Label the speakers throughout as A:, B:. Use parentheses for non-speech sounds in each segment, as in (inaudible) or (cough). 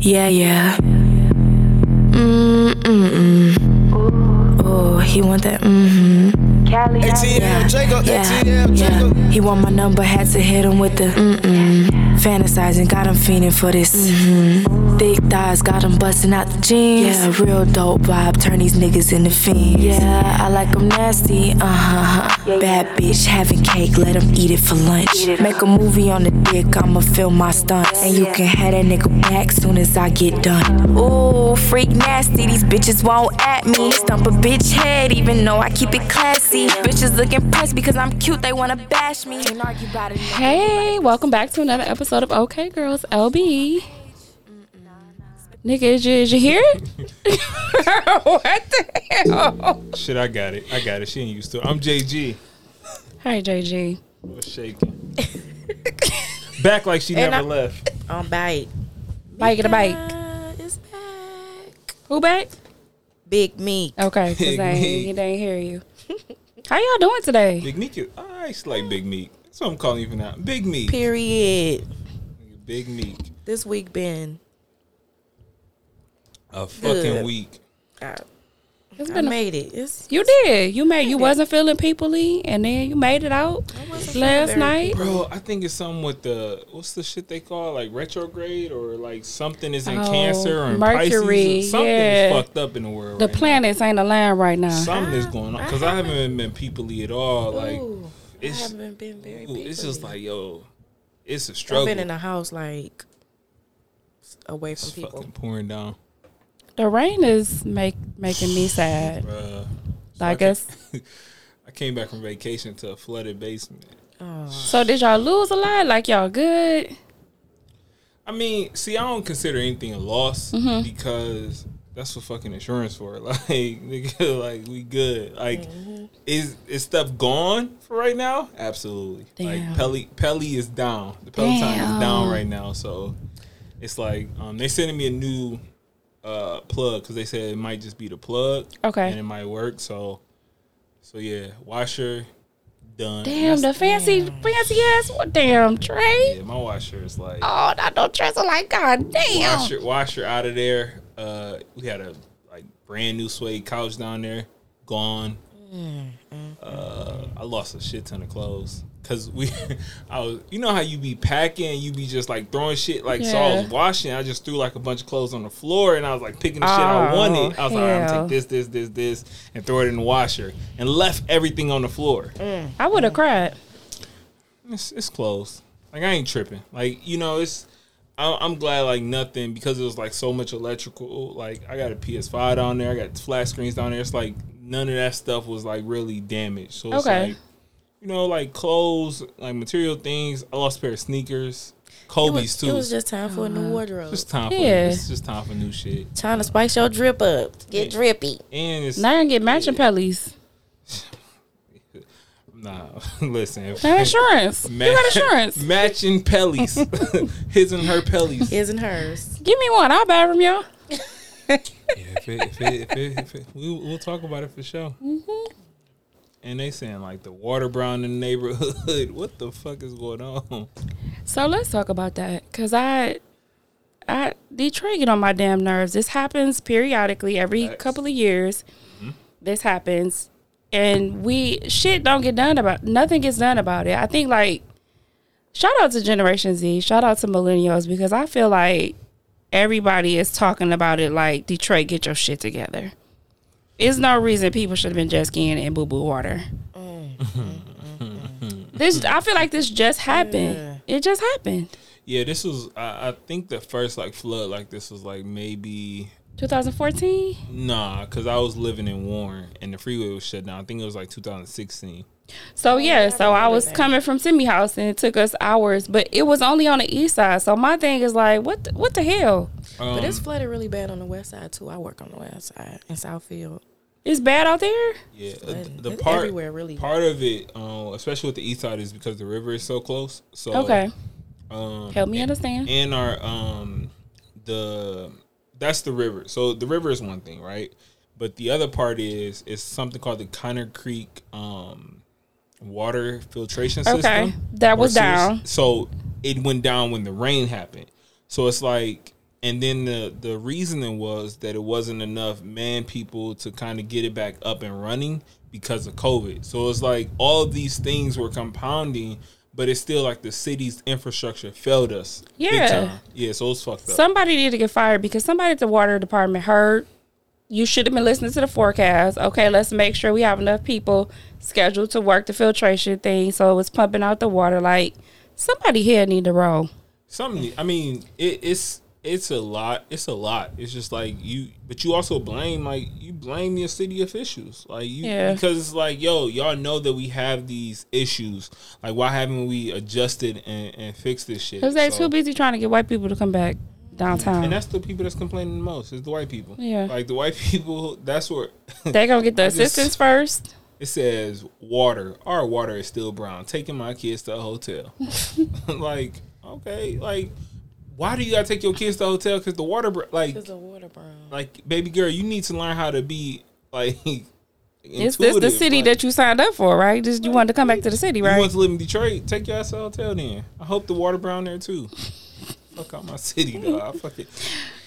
A: Yeah, yeah. Mm, mm, mm. Oh, he want that. Mm hmm.
B: ATL
A: Yeah,
B: Jacob,
A: yeah,
B: ATL
A: yeah.
B: Jacob.
A: He want my number, had to hit him with the mm-mm. Fantasizing, got him fiending for this. Mm-hmm. Thick thighs, got him busting out the jeans. Yeah, real dope vibe, turn these niggas into fiends. Yeah, I like them nasty, uh huh. Bad bitch, having cake, let him eat it for lunch. Make a movie on the dick, I'ma film my stunts. And you can have that nigga back soon as I get done. Ooh, freak nasty, these bitches won't at me. Stump a bitch head, even though I keep it classy. Bitches look impressed because I'm cute, they wanna bash me. Can't argue about it.
C: Hey, welcome back to another episode of OK Girls LB. Nigga, is you, is you here? (laughs)
A: (laughs)
C: what the hell?
B: Shit, I got it. I got it. She ain't used to it. I'm JG.
C: Hi, JG.
B: What's shaking? Back like she never
C: I-
B: left.
D: on bite.
C: Bike and a bike.
D: Uh, It's back.
C: Who back?
D: Big me.
C: Okay, because
B: Big
C: I
B: me.
C: ain't, they ain't hear you. (laughs) How y'all doing today?
B: Big Meek, you- I used to like Big Meek. That's what I'm calling you for now. Big Meek.
D: Period.
B: Big Meek.
D: This week been.
B: A fucking
D: Good.
B: week.
D: I,
C: It's
D: I
C: been a,
D: made it. It's
C: you did. You made. You wasn't feeling peoply, and then you made it out last
D: feeling very
C: night.
B: Bro, I think it's something with the what's the shit they call like retrograde or like something is in
C: Oh,
B: cancer or in
C: Mercury,
B: Pisces. Or something
C: yeah.
B: is fucked up in the world.
C: The
B: right now.
C: planets ain't aligned right now.
B: Something is going on because I haven't been peoply at all. Like
D: Ooh, I
B: it's
D: haven't been very.
B: ooh, it's just
D: people.
B: like yo, it's a
D: I've
B: struggle.
D: been in the house like away from
B: it's
D: people.
B: fucking pouring down.
C: The rain is make making me sad.
B: Bruh.
C: I guess.
B: (laughs) I came back from vacation to a flooded basement.
D: Oh,
C: So did y'all lose a lot? Like y'all good?
B: I mean, see, I don't consider anything a loss
C: Mm-hmm.
B: because that's what fucking insurance for. (laughs) Like, nigga, like we good. Like, is is stuff gone for right now? Absolutely.
C: Damn.
B: Like, Pelly Pelly is down. The Peloton is down right now. So it's like um, they sending me a new uh, plug because they said it might just be the plug.
C: Okay.
B: and it might work. So, so yeah, washer done.
C: Damn, the
B: That's-
C: fancy, fancy ass. Well, damn, Trey.
B: yeah, my washer is like.
C: Oh, I don't trust her. Like, god damn.
B: washer, washer out of there. Uh, we had a like brand new suede couch down there, gone.
C: Mm,
B: Uh, I lost a shit ton of clothes because we, (laughs) I was, you know how you be packing, you be just like throwing shit. Like so, I was
C: Yeah.
B: washing. I just threw like a bunch of clothes on the floor, and I was like picking the shit I
C: Oh,
B: wanted. I was like, I'm
C: hell.
B: take this, this, this, this, and throw it in the washer, and left everything on the floor.
C: I would have cried.
B: It's, it's close. Like I ain't tripping. Like you know, it's. I, I'm glad like nothing because it was like so much electrical. Like I got a PS5 down there. I got flat screens down there. It's like none of that stuff was like really damaged. So it's
C: Okay.
B: like you know, like clothes, like material things. I lost a pair of sneakers,
D: it
B: Kobe's
D: was,
B: too.
D: it was just time for a new wardrobe.
B: It's time for
C: Yeah.
B: it's just time for new shit.
D: Uh-huh. time to spice your drip up. Get drippy.
B: And it's
C: Now I can get matching pellies.
B: nah. (laughs) listen,
C: Now
B: (laughs)
C: insurance.
B: Ma-
C: you got insurance.
B: matching
C: (laughs)
B: pellies, his and her pellies.
D: His and hers.
C: Give me one. I'll buy from y'all.
B: if it, if it, if it, if it, we, we'll talk about it for sure.
D: Mm-hmm.
B: And they saying like the water brown in the neighborhood. (laughs) What the fuck is going on?
C: So let's talk about that, cause I, I Detroit get on my damn nerves. This happens periodically, every
B: Facts.
C: couple of years. This happens, and we shit don't get done about. Nothing gets done about it. I think like, shout out to Generation Z, shout out to millennials, because I feel like everybody is talking about it. Like Detroit, get your shit together. It's no reason people should have been jet skiing in boo boo water. this I feel like this just happened. It just happened.
B: Yeah, this was. I, I think the first like flood like this was like maybe
C: 2014.
B: nah, because I was living in Warren and the freeway was shut down. I think it was like 2016.
C: So yeah, so I was coming from Timmy House and it took us hours, but it was only on the east side. So my thing is like, what the, what the hell?
B: Um,
D: But it's flooded really bad on the west side too. I work on the west side in Southfield.
C: It's bad out there.
B: yeah, uh,
D: flooded.
B: the
D: It's
B: part
D: everywhere, really.
B: part of it, uh, especially with the east side, is because the river is so close. So
C: Okay,
B: um,
C: help me understand.
B: in our um the that's the river. So the river is one thing, right? But the other part is is something called the Connor Creek um water filtration system.
C: Okay, that
B: Or
C: was
B: sewers-
C: down.
B: So it went down when the rain happened. So it's like and then the the reasoning was that it wasn't enough man people to kind of get it back up and running because of COVID. So it's like all these things were compounding, but it's still like the city's infrastructure failed us. big
C: Yeah.
B: time. yeah. So it's fucked up.
C: Somebody need to get fired because somebody at the water department heard you should have been listening to the forecast. Okay, let's make sure we have enough people scheduled to work the filtration thing so it was pumping out the water. Like somebody here need to roll.
B: Something. I mean, it, it's it's a lot. It's a lot. It's just like you, but you also blame like you blame your city officials, like you
C: Yeah.
B: because it's like yo, y'all know that we have these issues. Like, why haven't we adjusted and, and fixed this shit?
C: Because they
B: So-
C: too busy trying to get white people to come back downtown.
B: and that's the people that's complaining the most. Is the white people.
C: Yeah.
B: like the white (laughs) people. That's where
C: they gonna get the
B: just-
C: assistance first.
B: (laughs) it says water. Our water is still brown. Taking my kids to a
C: (laughs)
B: hotel. like okay, like why do you gotta take your kids to a hotel? Because the water, br- like
D: It's a water brown.
B: like baby girl, you need to learn how to be like. (laughs)
C: It's this the city that you signed up for, right? Just you wanted to come back to the city,
B: You
C: right?
B: want to live in Detroit? Take your ass to a hotel then. I hope the water brown there
C: (laughs)
B: too. Fuck out my city though. I fuck it.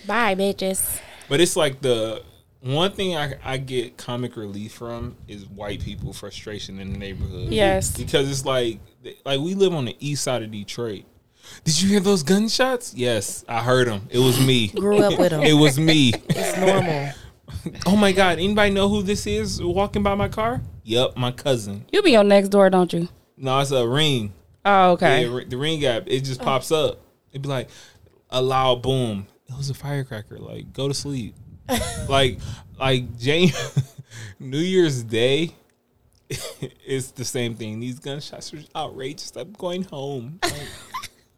C: Bye, bitches.
B: But it's like the one thing I, I get comic relief from is white people frustration in the neighborhood.
C: Yes.
B: because it's like like we live on the east side of Detroit. Did you hear those gunshots? Yes, I heard them. It was me.
D: Grew up with 'em.
B: It was me.
D: (laughs) It's normal.
B: Oh my god! Anybody know who this is walking by my car? Yep, my cousin.
C: You be on next door, don't you?
B: No, it's a ring.
C: Oh, okay.
B: Yeah, the ring app. It
D: Oh.
B: just pops up. It'd be like a loud boom. It was a firecracker. Like go to
D: (laughs)
B: sleep. like like Jane (laughs) New Year's Day. (laughs) it's the same thing. These gunshots are outrageous. I'm going home. Like,
D: (laughs)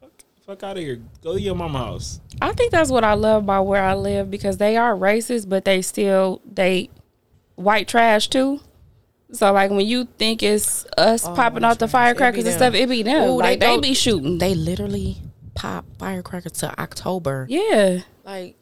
B: fuck, fuck out of here. Go to your mama house.
C: I think that's what I love about where I live because they are racist, but they still they white trash too. So like when you think it's us
D: Oh,
C: popping off the firecrackers and
D: them.
C: stuff, it be them.
D: Ooh, they
C: like they,
D: don't-
C: be shooting.
D: They literally pop firecrackers to October.
C: yeah,
D: Like,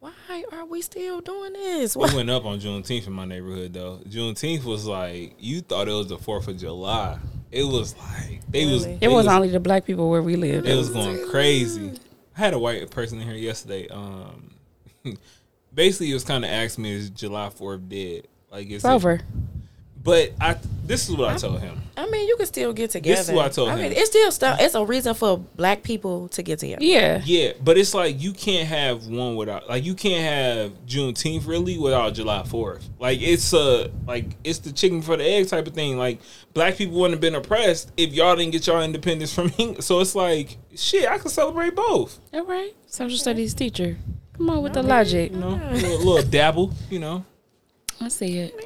D: why are we still doing this?
B: We
D: Why?
B: went up on Juneteenth in my neighborhood though. Juneteenth was like you thought it was the Fourth of July. It was like they was
D: Really?
C: it
B: they
C: was only the black people where we live.
B: It was going crazy. I had a white person in here yesterday. Um, (laughs) basically, it was kind of asked me, "Is July Fourth dead?" Like it's,
C: It's over.
B: But I, this is what I told him.
D: I mean, you can still get together.
B: is what I told him.
D: mean, it's still stuff. It's a reason for black people to get together.
C: Yeah.
B: Yeah, but it's like you can't have one without, like you can't have Juneteenth really without July Fourth. Like it's a, like it's the chicken for the egg type of thing. Like black people wouldn't have been oppressed if y'all didn't get y'all independence from (laughs) England. So it's like shit. I can celebrate both.
C: All right. Social studies teacher. Come on with the logic.
B: You know, a little, little dabble. You know.
C: I see it.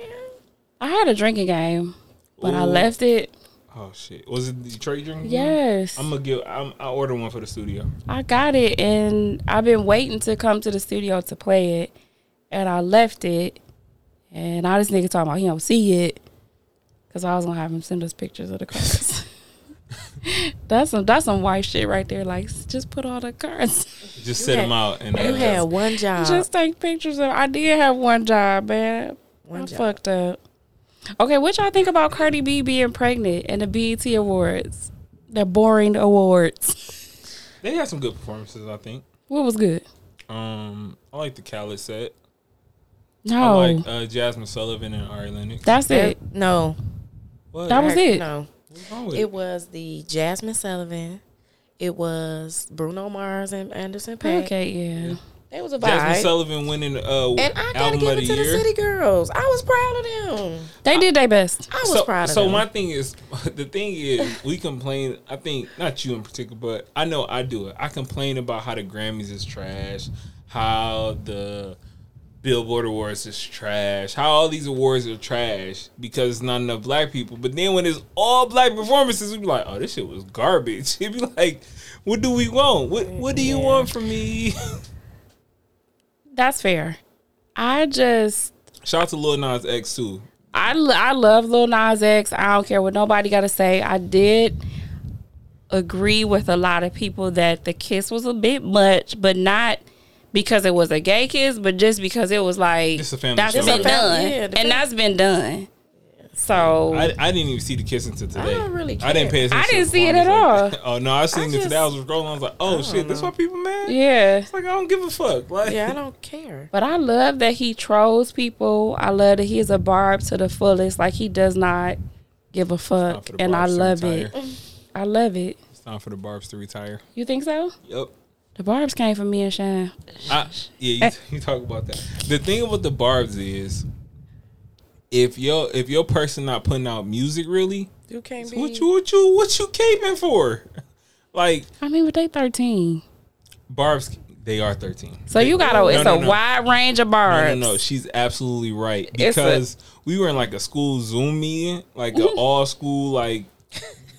C: I had a drinking game, but I
B: Ooh.
C: left it.
B: Oh shit! Was it Detroit drinking?
C: Yes.
B: I'm gonna give. I'm, I order one for the studio.
C: I got it, and I've been waiting to come to the studio to play it, and I left it, and all this nigga talking about he don't see it, cause I was gonna have him send us pictures of the cards. (laughs) that's some that's some white shit right there. Like s- just put all the cards,
B: Just set them
D: had-
B: out and
D: You
B: uh,
D: had one job.
C: just take pictures of. I did have one job, man.
D: One
C: I
D: job.
C: fucked up. Okay, what y'all think about Cardi B being pregnant and the BET Awards, the boring awards?
B: they had some good performances. I think.
C: What was good?
B: Um, I like the Khaled set. I
D: Oh.
C: No,
B: like uh, Jasmine Sullivan and Ari Lennox.
C: that's it.
D: no,
B: what?
C: that was
D: Heck,
C: it.
D: No,
B: What's wrong with
D: it was the Jasmine Sullivan. It was Bruno Mars and Anderson Paak.
C: Okay, yeah.
D: It was a
B: Jasmine
D: vibe.
B: Sullivan winning uh,
D: And I gotta
B: album
D: give
B: of
D: it
B: the
D: to the
B: year.
D: City Girls. I was proud of them.
C: They did their best.
D: I was
B: so,
D: proud of
B: so
D: them.
B: my thing is, (laughs) the thing is, we complain. I think not you in particular, but I know I do it. I complain about how the Grammys is trash, how the Billboard Awards is trash, how all these awards are trash because it's not enough black people. But then when it's all black performances, we be like, oh, this shit was garbage. (laughs) It be like, what do we want? What What do you want from me? (laughs)
C: That's fair. I just
B: Shout out to Lil Nas X too.
C: I l- I love Lil Nas X. I don't care what nobody got to say. I did agree with a lot of people that the kiss was a bit much, but not because it was a gay kiss, but just because it was like
B: It's a family
C: that's
B: show.
C: been
B: It's a
D: fam-
C: done,
D: yeah, the
C: and
D: fam-
C: that's been done. So
B: I, I didn't even see the kiss until today.
D: don't really
B: I didn't pay
D: care.
B: attention.
C: I didn't see it
B: before.
C: at
B: I was like, (laughs) oh no, I seen
D: I
B: it today. I was
D: just-
B: scrolling. I was like, oh shit, this why people mad?
C: yeah,
B: It's like I don't give a fuck. Like
D: Yeah, I don't care.
C: but I love that he trolls people. I love that he is a barb to the fullest. Like he does not give a fuck,
B: for the
C: and I
B: barbs to
C: love
B: retire.
C: it. I love it.
B: It's time for the barbs to retire.
C: You think so?
B: Yep.
C: The barbs came from me and Shine.
B: I, yeah,
C: (laughs)
B: you, you talk about that. The thing about the barbs is, if your if your person not putting out music, really,
D: You can't be.
B: what you what you what you caping for? (laughs) Like
C: I mean, but they thirteen,
B: barbs, they are thirteen.
C: so you got to.
B: No,
C: It's
B: no,
C: a
B: no.
C: wide range of barbs.
B: No, no, no. She's absolutely right
C: It's a-
B: because we were in like a school Zoom meeting, like
C: (laughs)
B: an all school, like,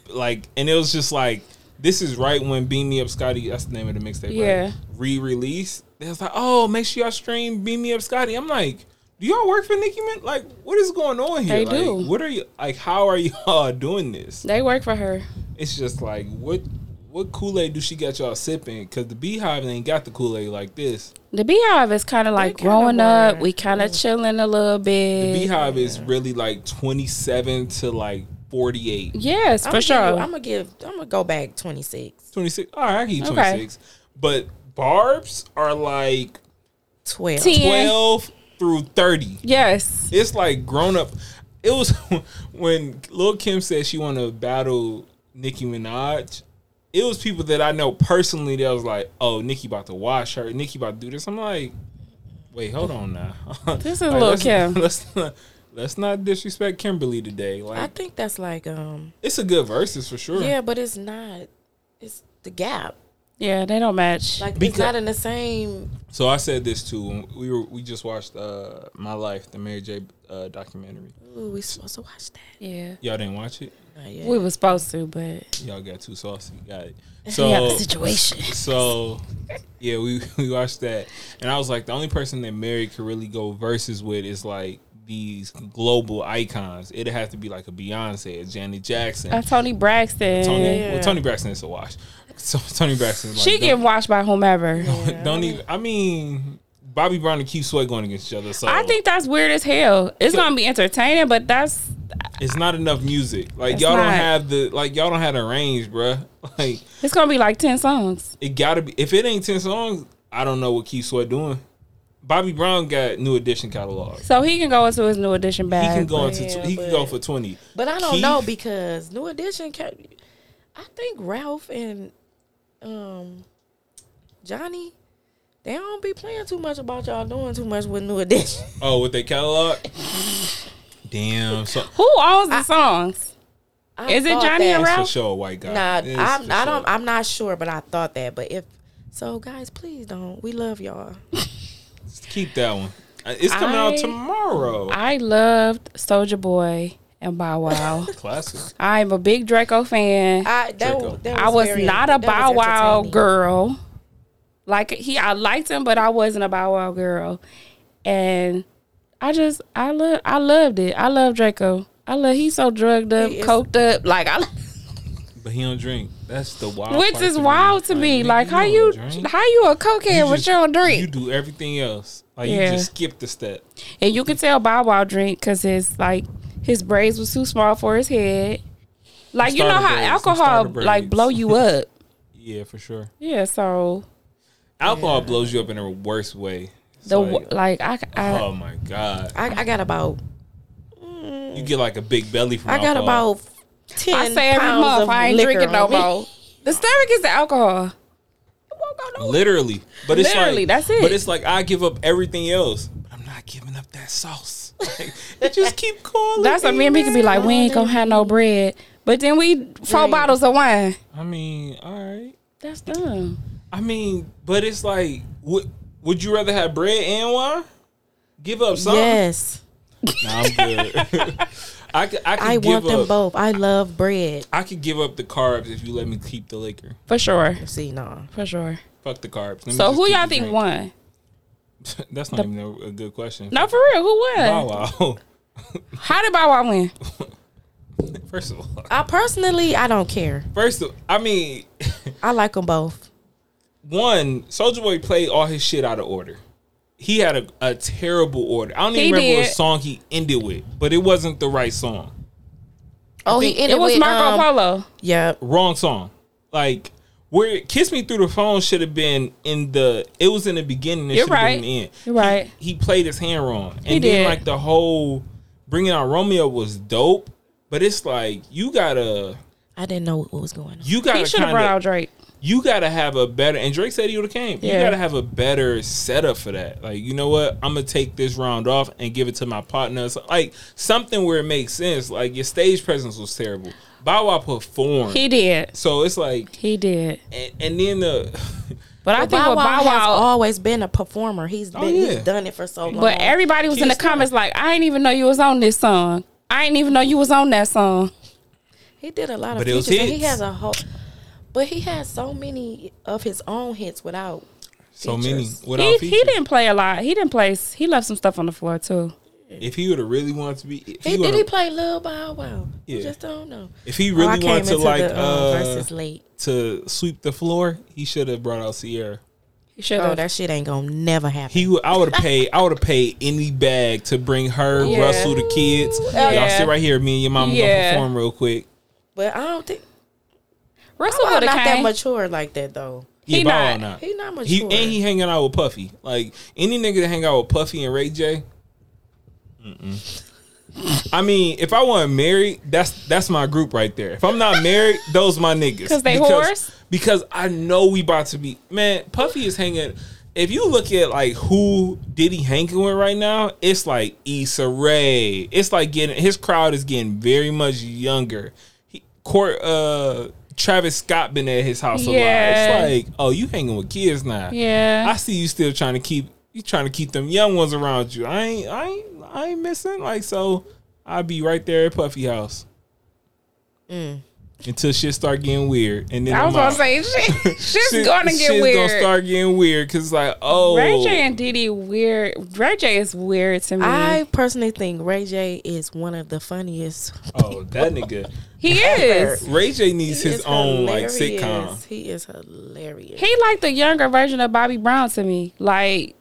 B: like, and it was just like this is right when Beam Me Up Scotty. That's the name of the mixtape.
C: Yeah.
B: Right? Re-release. They was like, oh, make sure y'all stream Beam Me Up Scotty. I'm like. Do y'all work for Nicki Minaj? Like, what is going on here?
C: They
B: like,
C: do.
B: What are you like? How are (laughs) y'all doing this?
C: They work for her.
B: It's just like, what what Kool Aid do she got y'all sipping? Because the Beehive ain't got the Kool Aid like this.
C: The beehive is kind of like
D: kinda
C: growing up.
D: were.
C: We kind of chilling a little bit.
B: Beehive is really like 27 to like 48.
C: yes, for sure.
D: I'm gonna give. I'm gonna go back 26,
B: 26. All right, I can give you
C: Okay.
B: 26. But Barb's are like
D: 12.
C: 10.
B: 12 through 30.
C: yes.
B: It's like grown up. It was (laughs) when Lil Kim said she want to battle Nicki Minaj. It was people that I know personally that was like, "Oh, Nicki about to wash her. Nicki about to do this." I'm like, "Wait, hold on now. (laughs)
C: This is
B: Like,
C: Lil'
B: let's- (laughs)
C: Kim.
B: Let's not, let's not disrespect Kimberly today. Like,
D: I think that's like um.
B: It's a good versus for sure.
D: Yeah, but it's not. It's the gap.
C: Yeah, they don't match.
D: Like
B: Because-
D: it's not in the same.
B: So I said this too. when We were we just watched uh My Life, the Mary J uh, documentary.
D: Ooh, we supposed to watch that.
C: yeah.
B: Y'all didn't watch it.
D: Not yet.
C: We were supposed to, but
B: Y'all got too saucy. Got
C: (laughs)
B: it.
C: yeah, the
B: So
C: situation.
B: so yeah, we (laughs) we watched that, and I was like, the only person that Mary could really go versus with is like these global icons. It'd have to be like a Beyonce, a Janet Jackson,
C: Uh, Tony Braxton.
B: Tony.
D: yeah.
B: Well, Tony Braxton is a wash. (laughs) So Tony Braxton. Like,
C: she
B: don't-
C: getting watched by whomever.
B: (laughs) don't even. I mean, Bobby Brown and Keith Sweat going against each other. So
C: I think that's weird as hell. It's
B: So-
C: gonna be entertaining, but that's
B: It's not enough music. Like
C: It's
B: y'all don't
C: not.
B: have the like y'all don't have the range, bruh. (laughs) Like
C: it's gonna be like ten songs.
B: it gotta be. If it ain't ten songs, I don't know what Keith Sweat doing. Bobby Brown got New Edition catalog. He
C: So he can go into his new edition bag.
B: can go into tw-
D: yeah,
B: he can go
D: but-
B: for twenty.
D: But I don't
B: Keith-
D: know because New Edition. Ca- I think Ralph and um Johnny, they don't be playing too much about y'all doing too much with New Edition. (laughs)
B: Oh, with their catalog. Damn. So
C: Who owns the songs?
D: I
C: Is it
D: thought
C: Johnny
D: that-
C: and
B: it's for
C: Ralph?
B: sure a white guy.
D: Nah,
B: It's
D: I'm,
B: for
D: I don't.
B: sure.
D: I'm not sure, but I thought that. But if so, guys, please don't. We love y'all.
B: Keep that one. Uh, It's coming
C: I-
B: out tomorrow.
C: I loved Soldier Boy and Bow
D: (laughs)
C: Wow.
B: Classic.
C: I'm a big Draco fan.
D: I that,
B: Draco.
D: was- that
C: I was
D: very-
C: not a
D: that was
C: Bow Wow
D: entertaining.
C: girl. Like he, I liked him, but I wasn't a Bow Wow girl. And I just, I love, I loved it. I love Draco. I love. He's so drugged up,
D: He is-
C: coked up. Like I, (laughs)
B: But he don't drink. That's the wild.
C: which
B: part
C: is wild to me. Like
B: nigga,
C: how
B: don't
C: you,
B: drink.
C: how you a cokehead
B: You
C: with
B: just-
C: your own drink?
B: You do everything else. Like
C: Yeah.
B: you just skip the step.
C: And you can tell Bow Wow drink because his like his braids was too small for his head. Like you know
B: Starter
C: how
B: braids, some
C: alcohol
B: starter
C: like
B: braids.
C: blow you up.
B: Yeah, for sure.
C: (laughs) yeah, so
B: Alcohol blows you up in a worse way. It's
C: the
B: like,
C: like, like I, I
B: oh my god,
D: I, I got about.
B: you get like a big belly from.
D: I got
B: alcohol.
D: about ten.
C: I say every
D: pounds
C: month
D: of
C: I ain't
D: liquor
C: drinking no
D: on me.
C: more. The stomach is the alcohol. It won't go nowhere.
B: literally, but it's
C: Literally,
B: like,
C: that's it.
B: But it's like I give up everything else. But I'm not giving up that sauce. (laughs) Like, it just keep calling.
C: That's what me and me could be like, we ain't gonna have no bread. But then we four
D: Right.
C: bottles of wine.
B: I mean, all right.
C: That's dumb.
B: I mean, but it's like, would would you rather have bread and wine? Give up something?
D: Yes,
B: Nah, I'm good. (laughs) I could, I could
D: I
B: give
D: want them
B: up.
D: both. I love bread.
B: I could give up the carbs if you let me keep the liquor.
C: For sure.
D: See, no.
C: For sure.
B: Fuck the carbs. Let me
C: So
B: just
C: who
B: keep
C: y'all
B: the
C: think
B: drink.
C: won?
B: (laughs) That's not even a, a good question.
C: No, for real, who won?
B: Bow Wow. (laughs)
C: How did Bow Wow win?
B: First of all,
D: I personally, I don't care.
B: first of, I mean,
D: I like them both.
B: one Soldier Boy played all his shit out of order. he had a, a terrible order. I don't even
C: He
B: remember
C: did.
B: what song he ended with, but it wasn't the right song.
D: Oh, he ended
C: It was
D: with,
C: Marco
D: um,
C: Polo.
D: Yeah,
B: Wrong song. Like where "Kiss Me Through the Phone" should have been in the. It was in the beginning. It
C: You're
B: should have
C: right.
B: been in the end.
C: You're right.
B: He played his hand wrong, and
C: He
B: then
C: did.
B: like the whole bringing out Romeo was dope, but it's like you gotta
D: I didn't know what was going on.
B: you gotta
C: He should have
B: kinda-
C: brought out Drake.
B: you gotta have a better and Drake said he would have came. You
C: Yeah.
B: gotta have a better setup for that. Like, you know what? I'm gonna take this round off and give it to my partner. So, like something where it makes sense. Like your stage presence was terrible. Bow Wow performed.
C: He did.
B: so it's like
C: He did.
B: and, and then the (laughs)
C: But I think
D: Bow
C: with
D: Wow
C: Bow
D: has
C: Wow,
D: always been a performer. He's been,
B: Oh,
D: he's
B: yeah.
D: done it for so long.
C: but everybody was in the
B: Kiss me.
C: comments like, I didn't even know you was on this song. I didn't even know you was on that song.
D: he did a lot of
B: But it was
D: features. And he
B: hits.
D: has a whole, but he has so many of his own hits without.
B: so many
D: Features.
B: without
C: He,
B: features.
C: he didn't play a lot. He didn't play. s- He left some stuff on the floor too.
B: If he would have really wanted to be if he,
D: He, did
B: would've-
D: he play Lil Bow Wow? You
B: Yeah.
D: just don't know.
B: if he
D: Oh, I
B: really
D: came
B: wanted to
D: into
B: like
D: the, um,
B: uh
D: verses late.
B: to sweep the floor, he should have brought out Sierra.
C: He should
D: Oh,
C: have.
D: that shit ain't gonna never happen.
B: He, would- I would have paid. I would have paid any bag to bring her,
C: Yeah.
B: Russell, the kids. Y'all
C: yeah.
B: sit right here. Me and your mom
C: Yeah.
B: gonna perform real quick.
D: but I don't think
C: Russell
D: Bow Wow
C: would
D: not
C: have
D: that
C: came.
D: mature like that though.
C: He
B: Yeah, Bow Wow
C: not.
B: not.
D: He not mature.
B: He and he hanging out with Puffy. Like any nigga that hang out with Puffy and Ray J. Mm-mm. I mean, if I wasn't married, that's that's my group right there. If I'm not married, those my niggas.
C: 'Cause they
B: because,
C: whores?
B: Because I know we about to be man. Puffy is hanging. If you look at like who Diddy hanging with right now, it's like Issa Rae. It's like getting his crowd is getting very much younger. He, court uh Travis Scott been at his house a
C: Yeah.
B: lot. It's like, oh, you hanging with kids now.
C: yeah.
B: I see you still trying to keep you trying to keep them young ones around you. I ain't I ain't I ain't missing. Like so i be right there at Puffy House.
D: Mm.
B: Until shit start getting weird. And then
C: I was
B: I'm
C: gonna
B: out. (laughs)
C: say shit, shit's
B: Shit-
C: gonna get
B: shit's
C: weird.
B: gonna start getting weird because like oh
C: Ray J and Diddy weird. Ray J is weird to me.
B: Mm-hmm.
D: I personally think Ray J is one of the funniest.
B: oh that nigga
C: he is.
B: Ray J needs
D: He
B: his
D: is
B: own like
D: hilarious.
B: sitcom.
D: He is hilarious.
C: He like the younger version of Bobby Brown to me. Like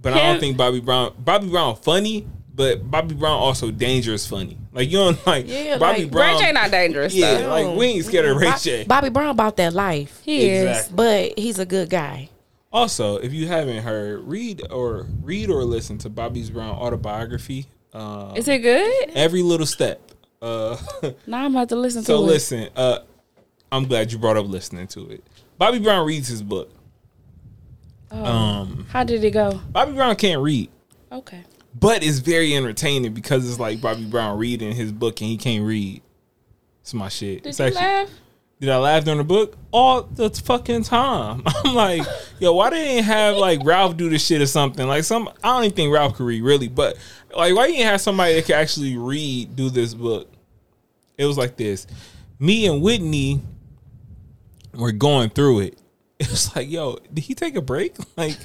B: But I
C: Him-
B: don't think Bobby Brown Bobby Brown funny, but Bobby Brown also dangerous funny. Like you don't like
D: Yeah,
B: Bobby
D: like,
B: Brown.
C: Ray J not dangerous.
B: yeah,
C: though.
B: like we ain't scared of Ray J.
D: Bobby Brown bought that life,
C: he is.
B: Exactly.
D: but he's a good guy.
B: Also, if you haven't heard, read or read or listen to Bobby Brown autobiography. Uh,
C: Is it good?
B: every little step. Uh, (laughs)
C: Now I'm about to listen
B: so
C: to
B: listen, uh, I'm glad you brought up listening to it. Bobby Brown reads his book. Um,
C: Oh. it. How did it go?
B: Bobby Brown can't read,
C: Okay.
B: but it's very entertaining because it's like Bobby Brown reading his book and he can't read. It's my shit.
C: Did
B: it's
C: you laugh?
B: Did I laugh during the book? All the fucking time. (laughs) I'm like, yo, why they didn't have like Ralph do this shit or something? Like some I don't even think Ralph could read really, but like why you didn't have somebody that could actually read do this book? It was like this. Me and Whitney were going through it. (laughs) It was like, yo, did he take a break? (laughs) Like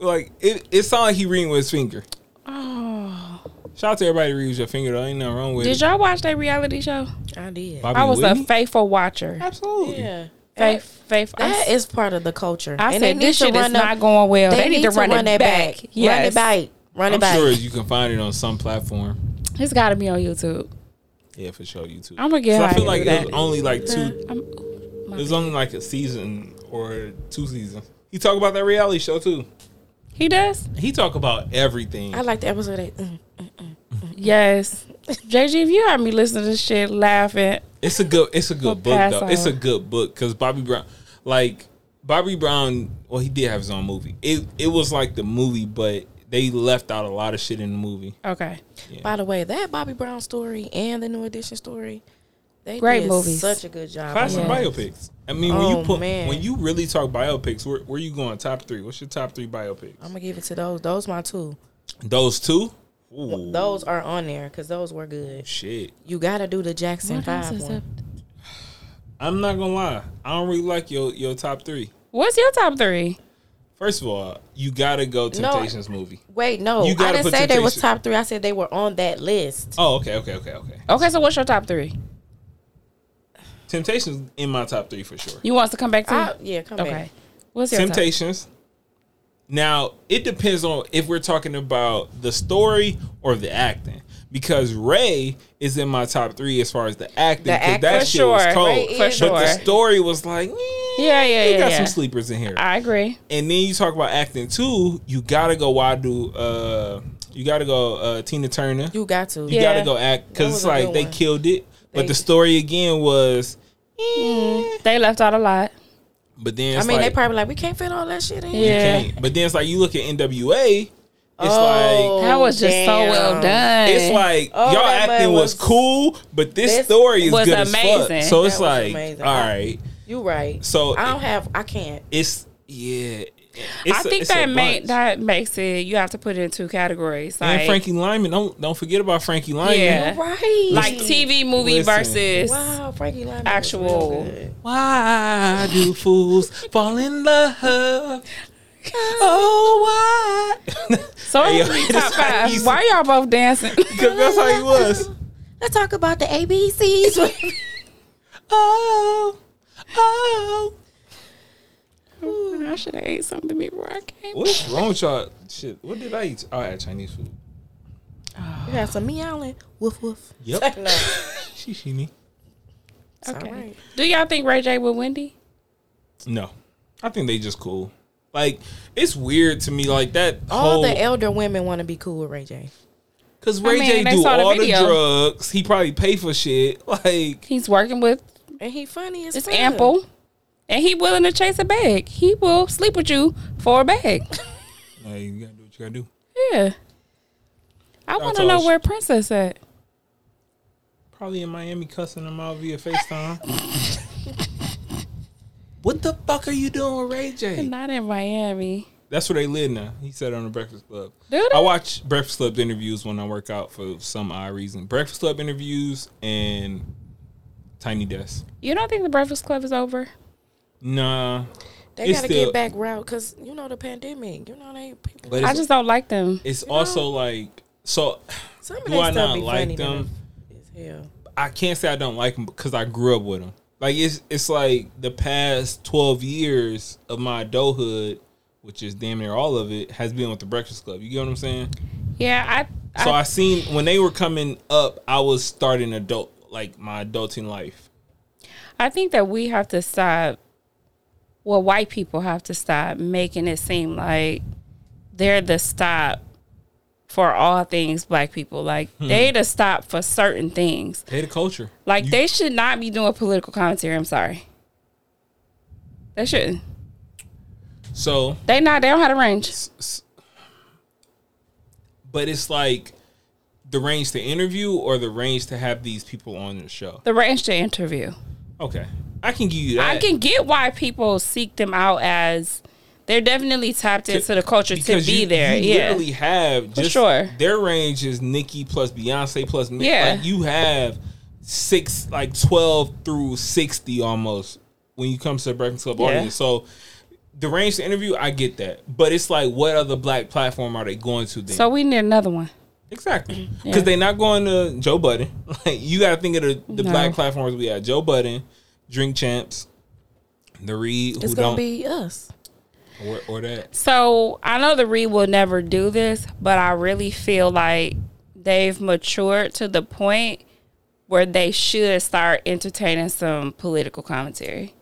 B: like it, it sounded like he reading with his finger.
C: Oh.
B: Shout out to everybody who reads your finger though. Ain't nothing wrong with
C: Did
B: it.
C: y'all watch that reality show?
D: I did.
B: Bobby
C: I was
B: and
C: a
B: Whitney?
C: faithful watcher.
B: Absolutely.
D: Yeah,
C: Faith, faith. I
D: that
C: s-
D: is part of the culture.
C: I
D: And they
C: said
D: need
C: this
D: to
C: shit is
D: run
C: not
D: up-
C: going well. They, need, to, run, it
D: that
C: back. Yes.
D: Run it back. Run it
B: I'm
D: back.
B: sure you can find it on some platform.
C: It's got to be on YouTube.
B: Yeah, for sure, you too.
C: I'ma get
B: 'Cause
C: high
B: I feel like
C: after
B: it was
C: that.
B: only like two.
C: I'm,
B: It was only like a season or two seasons. He talk about that reality show too.
C: he does.
B: He talk about everything.
D: I like the episode. That, mm.
C: Yes. JG, if you heard me listening to this shit laughing,
B: It's a good. It's a good
C: We'll
B: book
C: pass
B: though. It's a
C: out.
B: good book because Bobby Brown, like Bobby Brown, well, he did have his own movie. It it was like the movie, but they left out a lot of shit in the movie.
C: okay.
D: By the way, that Bobby Brown story and the New Edition story, they
C: Great
D: did
C: movies.
D: Such a good job.
B: Classic
D: on that.
B: biopics. I mean, when
D: Oh,
B: you put
D: man.
B: when you really talk biopics, where, where you going? Top three? What's your top three biopics?
D: I'm gonna give it to those. Those my two.
B: Those two. Ooh,
D: Those are on there because those were good.
B: shit.
D: You gotta do the Jackson
C: What else
D: Five
C: is
D: one.
C: up?
B: I'm not gonna lie. I don't really like your your top three.
C: What's your top three?
B: First of all, you gotta go Temptations movie.
D: Wait, no,
B: You
D: I
B: gotta
D: didn't
B: put
D: say they was
B: Temptation-
D: top three. I said they were on that list.
B: Oh, okay, okay, okay, okay.
C: Okay, so what's your top three?
B: Temptations in my top three for sure.
C: You want us to come back to?
D: I, yeah, come
C: Oh, okay.
D: back.
C: What's your top?
B: Temptations, Now, it depends on if we're talking about the story or the acting. Because Ray is in my top three as far as the acting.
C: The
B: 'cause
C: act-
B: that
C: for
B: shit was
C: sure.
B: cold.
C: Ray For
B: but
C: is-
B: the
C: sure.
B: story was like, eh,
C: Yeah, yeah,
B: we
C: yeah,
B: got
C: yeah.
B: some sleepers in here.
C: I agree.
B: and then you talk about acting too. You gotta go Wadu. Uh, you gotta go uh, Tina Turner. You
D: You got to.
C: Yeah.
B: gotta go act
D: That
B: because
D: was
B: it's
D: a
B: like
D: good
B: they
D: one.
B: killed it. But
D: They-
B: the story again was,
C: They left out a lot.
B: but then
D: I
B: it's
D: mean, they
B: like,
D: probably like we can't fit all that shit in.
B: you
C: Yeah.
B: can't. But then it's like you look at NWA. It's
D: Oh.
B: like
C: That was just so
D: damn.
C: well done.
B: it's like
D: Oh,
B: y'all
D: that
B: acting
D: man
B: was,
D: was-
B: cool, but this,
D: this
B: story is
C: was
B: good as fuck.
C: amazing.
B: So it's
D: That was
B: like,
D: amazing.
B: all right,
D: You right.
B: So-
D: I don't have. I can't.
B: it's yeah.
C: I
B: It's a-
C: think
B: it's a
C: that make
B: bunch.
C: that makes it. You have to put it in two categories, like
B: and Frankie Lyman. Don't don't forget about Frankie Lyman.
C: Yeah.
D: Right.
C: like TV movie
B: Listen.
C: versus
D: Wow, Frankie Lyman. was
C: Actual.
D: real good.
B: Why do fools fall in love? Oh,
C: (laughs)
B: why?
C: So
B: Hey, (laughs)
C: it's
B: yo,
C: gonna be
B: that's
C: top
B: how
C: five.
B: you-
C: Why y'all
B: (laughs)
C: both dancing? (laughs)
B: Because that's how he was.
D: Let's talk about the (laughs) ABCs.
B: Oh, oh.
C: I should have ate something before I came.
B: What's wrong with y'all? Shit, what did I eat? Oh, I had Chinese food.
D: you got some meowing. Woof woof.
B: (laughs) Yep.
D: (laughs) No, it's
B: Shishini.
D: all
C: Okay.
D: right.
C: Do y'all think Ray J with Wendy?
B: No. I think they just cool. Like, it's weird to me, like that
D: All
B: whole.
D: the elder women want to be cool with Ray J.
B: Because Ray
C: mean,
B: J
C: they
B: do
C: saw the
B: all the,
C: video.
B: drugs. He probably pay for shit. (laughs) Like,
C: He's working with
D: And he funny as
C: it's
D: fuck.
C: ample, and he willing to chase a bag. He will sleep with you for a bag. (laughs)
B: hey, you gotta do what you gotta do.
C: yeah. I want to
B: all
C: know
B: she-
C: where Princess at.
B: Probably in Miami cussing him out via FaceTime. (laughs) what the fuck are you doing with Ray J?
C: Not in Miami.
B: That's where they live now. He said on the Breakfast Club.
C: Do they?
B: I watch Breakfast Club interviews when I work out for some odd reason. Breakfast Club interviews and Tiny Desk.
C: You don't think the Breakfast Club is over?
B: Nah.
D: They
B: It's
D: gotta
B: still-
D: get back route because you know the pandemic. You know they people.
B: But
C: I
B: it's,
C: just don't like them.
B: it's also like so
D: Some of
B: Do
D: their
B: I
D: stuff
B: not
D: be
B: like
D: funny than
B: them?
D: As hell.
B: I can't say I don't like him because I grew up with him. Like it's it's like the past twelve years of my adulthood, which is damn near all of it, has been with the Breakfast Club. You get what I'm saying?
C: Yeah, I.
B: So
C: I,
B: I seen when they were coming up, I was starting adult like my adulting life.
C: I think that we have to stop. Well, white people have to stop making it seem like they're the stop for all things black people. Like
B: Hmm.
C: they the stop for certain things.
B: They the culture.
C: Like
B: You-
C: they should not be doing political commentary. I'm sorry. They shouldn't.
B: so
C: They not. They don't have the range.
B: s- but it's like the range to interview or the range to have these people on the show.
C: The range to interview.
B: Okay. I can give you that.
C: I can get why people seek them out as they're definitely tapped into the culture to
B: Because
C: be
B: you-
C: there.
B: You
C: yeah.
B: literally have just
C: sure.
B: their range is Nicki plus Beyonce plus Mi-
C: Yeah.
B: Like you have six like twelve through sixty almost when you come to the Breakfast Club
C: Yeah.
B: audience. So the range to interview, I get that, but it's like, what other black platform are they going to then?
C: so we need another one.
B: exactly, because
C: (clears throat) Yeah.
B: they're not going to Joe Budden. (laughs) Like you got to think of the, the
C: No.
B: black platforms we have: Joe Budden, Drink Champs, The Reed,
D: It's
B: who
D: gonna
B: don't
D: be us.
B: or, or that.
C: So I know the Reed will never do this, but I really feel like they've matured to the point where they should start entertaining some political commentary.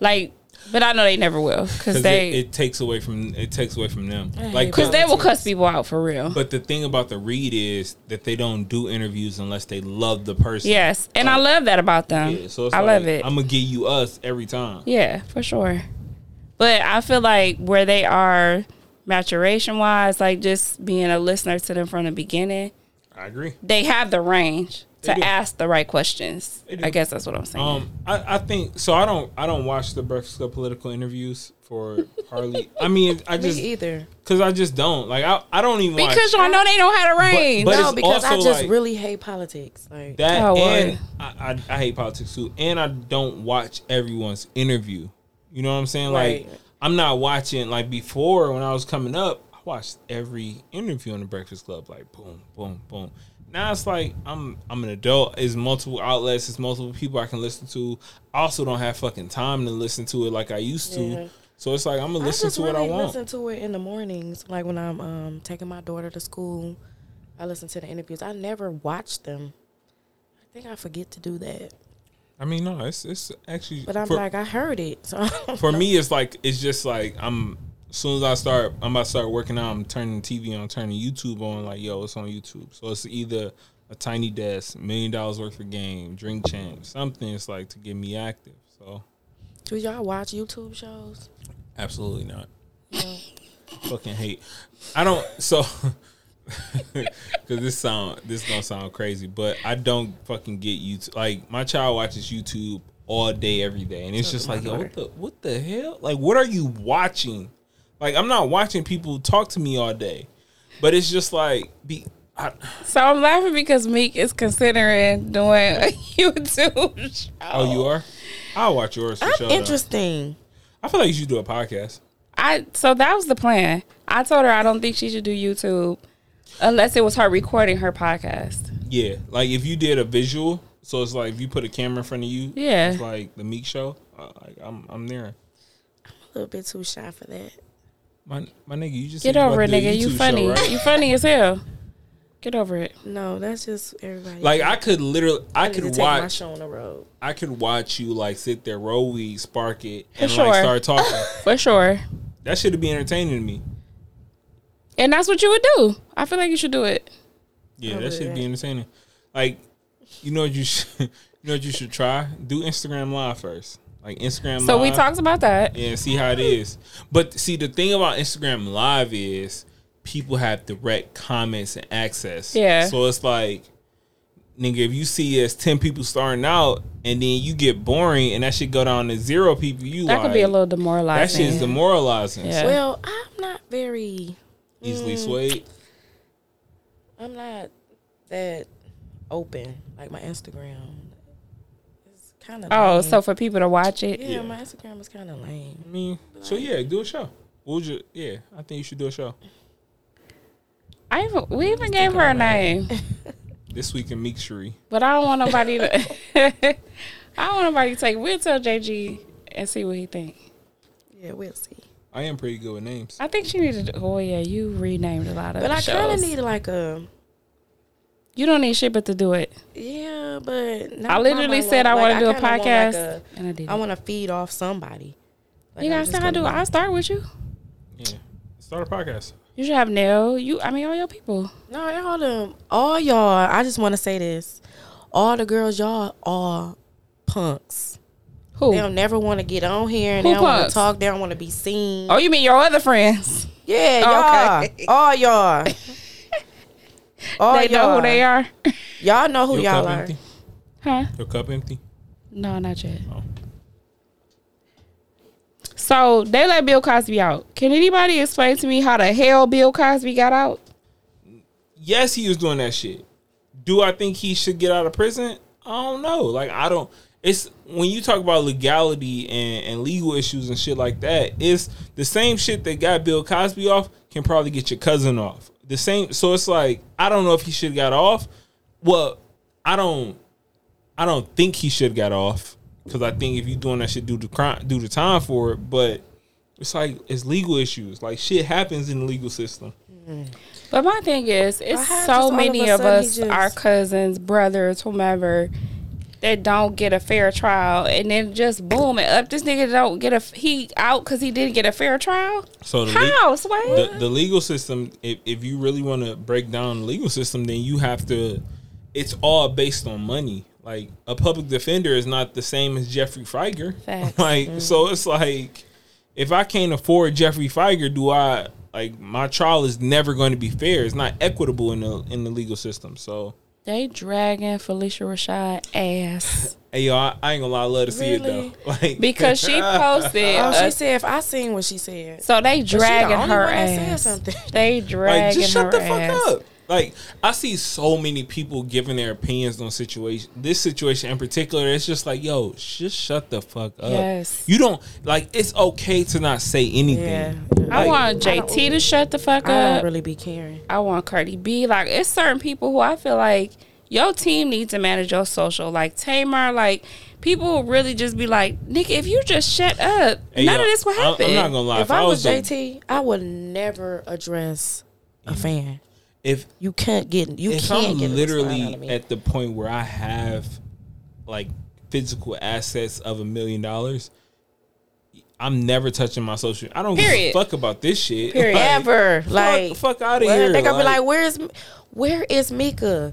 C: Like, but I know they never will because
B: Because
C: they
B: it, it takes away from it takes away from them. Like
C: because they will cuss people out for real.
B: But the thing about the read is that they don't do interviews unless they love the person.
C: yes, and I love that about them.
B: Yeah, so it's
C: I love it.
B: I'm gonna give you us every time.
C: Yeah, for sure. But I feel like where they are maturation wise, like just being a listener to them from the beginning,
B: I agree.
C: they have the range
B: They
C: to
B: do.
C: ask the right questions.
B: They do.
C: I guess that's what I'm saying.
B: Um, I, I think so. I don't. I don't watch the Breakfast Club political interviews for Harley. I mean,
C: (laughs)
B: I
D: Me
B: just
D: either.
B: because I just don't like. I, I don't even watch
C: because y'all know they don't have the range.
B: But
D: no,
B: it's
D: because I
B: also
D: just
B: like-
D: really hate politics. Like
B: that.
C: Oh, word.
B: and I, I, I hate politics too. And I don't watch everyone's interview. You know what I'm saying?
D: Right.
B: Like I'm not watching like before when I was coming up. I watched every interview on the Breakfast Club. Like boom, boom, boom. Now it's like I'm I'm an adult. It's multiple outlets. It's multiple people I can listen to. I also don't have fucking time to listen to it like I used to. So it's like I'm gonna listen
D: just
B: to what
D: really
B: I want.
D: Listen to it in the mornings, like when I'm um, taking my daughter to school. I listen to the interviews. I never watch them. I think I forget to do that.
B: I mean, no, it's it's actually.
D: But I'm
B: for,
D: like, I heard it. So (laughs)
B: for me, it's like it's just like I'm. As soon as I start, I'm about to start working out. I'm turning TV on, turning YouTube on. Like, yo, it's on YouTube. So it's either a tiny desk, million dollars worth of game, drink champ, something. It's like to get me active. So
D: do y'all watch YouTube shows?
B: Absolutely not. Fucking hate. I don't. So, (laughs) because this sound this gonna sound crazy, but I don't fucking get YouTube. Like my child watches YouTube all day, every day, and it's just like, yo, what the what the hell? Like, what are you watching? Like, I'm not watching people talk to me all day, but it's just like be. I,
C: So I'm laughing because Meek is considering doing a (laughs) YouTube show.
B: oh, you are. I'll watch yours for sure.
D: I'm
B: though.
D: interesting.
B: I feel like you should do a podcast.
C: I so that was the plan. I told her I don't think she should do YouTube unless it was her recording her podcast.
B: Yeah, like if you did a visual, so it's like if you put a camera in front of you,
C: Yeah.
B: it's like the Meek Show. I, I, I'm I'm there.
D: A little bit too shy for that.
B: My my nigga, you just
C: Get
B: said you
C: over it,
B: about to do a
C: nigga. You
B: YouTube show,
C: funny.
B: right?
C: You funny as hell. Get over it.
D: No, that's just everybody.
B: Like I could literally, I,
D: need to
B: could
D: take my
B: watch,
D: show on the road.
B: I could watch you like sit there, roll weed, spark it, and
C: sure.
B: like start talking.
C: (laughs) For sure.
B: that should be entertaining to me.
C: And that's what you would do. I feel like you should do it.
B: Yeah,
D: I'll
B: that
D: do
B: should
D: that.
B: be entertaining. Like, you know what you should, (laughs) you know what you should try? Do Instagram Live first. Like Instagram.
C: So we
B: Live.
C: talked about that.
B: and see how it is. But see, the thing about Instagram Live is people have direct comments and access.
C: Yeah.
B: So it's like, nigga, if you see us ten people starting out, and then you get boring, and that shit go down to zero people, you
C: That
B: like,
C: could be a little
B: That
C: demoralizing.
B: shit's demoralizing.
C: Yeah.
D: Well, I'm not very.
B: Easily
C: Mm.
B: swayed.
D: I'm not that open. Like my Instagram, it's kind of.
C: oh, so for people to watch it.
D: yeah, my Instagram is kind of lame.
B: I mean, so yeah, do a show. What would you? Yeah, I think you should do a show
C: I even, we even gave her a name,
B: this week in Meekshery.
C: but I don't want nobody to. (laughs) I don't want nobody to take. We'll tell JG and see what he think.
D: Yeah, we'll see.
B: I am pretty good with names.
C: I think she needed. to- Oh yeah, you renamed a lot of.
D: But I kind
C: shows.
D: of need like a.
C: You don't need shit but to do it.
D: Yeah, but not
C: I literally
D: by
C: said I
D: myself.
C: want to
D: Like,
C: do a
D: kinda want, like,
C: podcast,
D: a-
C: and I did.
D: I
C: not
D: want to feed off somebody. Like,
C: you
D: I'm
C: guys
D: just
C: how I do.
D: gonna-
C: I'll start with you.
B: Yeah, start a podcast.
C: You should have Nell. You, I mean, all your people.
D: No, all them, all y'all. I just want to say this: all the girls, y'all are punks.
C: Who?
D: They don't never want to get on here and
C: Who
D: they don't want
C: punks?
D: to talk. They don't want to be seen.
C: Oh, you mean your other friends?
D: Yeah,
C: Oh,
D: y'all.
C: okay. (laughs)
D: All y'all. All
C: they Oh,
D: y'all.
C: know who they are. (laughs)
D: Y'all know who
B: Your
D: y'all
B: cup
D: are.
B: empty.
C: huh?
B: Your cup empty.
C: No, not yet.
B: Oh.
C: So they let Bill Cosby out. Can anybody explain to me how the hell Bill Cosby got out?
B: yes, he was doing that shit. Do I think he should get out of prison? I don't know. Like I don't. It's when you talk about legality and, and legal issues and shit like that. It's the same shit that got Bill Cosby off can probably get your cousin off. The same. So it's like I don't know if he should got off. Well, I don't. I don't think he should got off because I think if you doing that shit, do the crime, do the time for it. But it's like it's legal issues. Like shit happens in the legal system.
C: But my thing is,
D: But
C: it's
D: how just all
C: so
D: of
C: many
D: a
C: of,
D: sudden he
C: us,
D: just-
C: our cousins, brothers, whomever, that don't get a fair trial, and then just boom and up. This nigga don't get a he out because he didn't get a fair trial.
B: So the le-
C: How, Sway?
B: the, the legal system if, if you really want to break down the legal system then you have to it's all based on money like a public defender is not the same as jeffrey feiger (laughs)
C: Facts. Mm-hmm.
B: like so it's like if i can't afford jeffrey feiger do i like my trial is never going to be fair it's not equitable in the in the legal system so
C: they dragging Felicia Rashad ass
B: hey yo i, I ain't gonna lie i love to see
D: Really?
B: it though (laughs) like
C: because
B: (laughs)
C: she posted.
D: (laughs) Oh,
C: a-
D: she said if I seen what she said.
C: uh, so they
D: But she the
C: dragging
D: only
C: her
D: one that said
C: ass.
D: something.
C: (laughs) They dragging
B: Like, just shut
C: her
B: the fuck
C: ass.
B: up. Like, I see so many people giving their opinions on situation. This situation in particular, it's just like, yo, just shut the fuck up.
C: Yes.
B: You don't like. It's okay to not say anything.
D: Yeah.
B: Like,
C: I want JT to shut the fuck
D: I
C: up.
D: don't really be caring.
C: I want Cardi B. Like it's certain people who I feel like your team needs to manage your social. Like Tamar, like people really just be like, Nick, if you just shut up,
B: Hey,
C: none
B: yo,
C: of this would
B: I- I'm
C: happen.
B: not gonna lie.
D: If, I was
B: the-
D: JT, I would never address a fan.
B: if
D: You can't get. You
B: if
D: can't
B: I'm
D: get. a response out of
B: literally
D: me.
B: at the point where I have like physical assets of a million dollars, I'm never touching my social. I don't
C: Period.
B: give a fuck about this shit. (laughs)
C: Period.
B: Like,
D: ever like
B: fuck outta
D: well,
B: here,
D: They gonna be
B: like-
D: like, "Where's, where is Mika?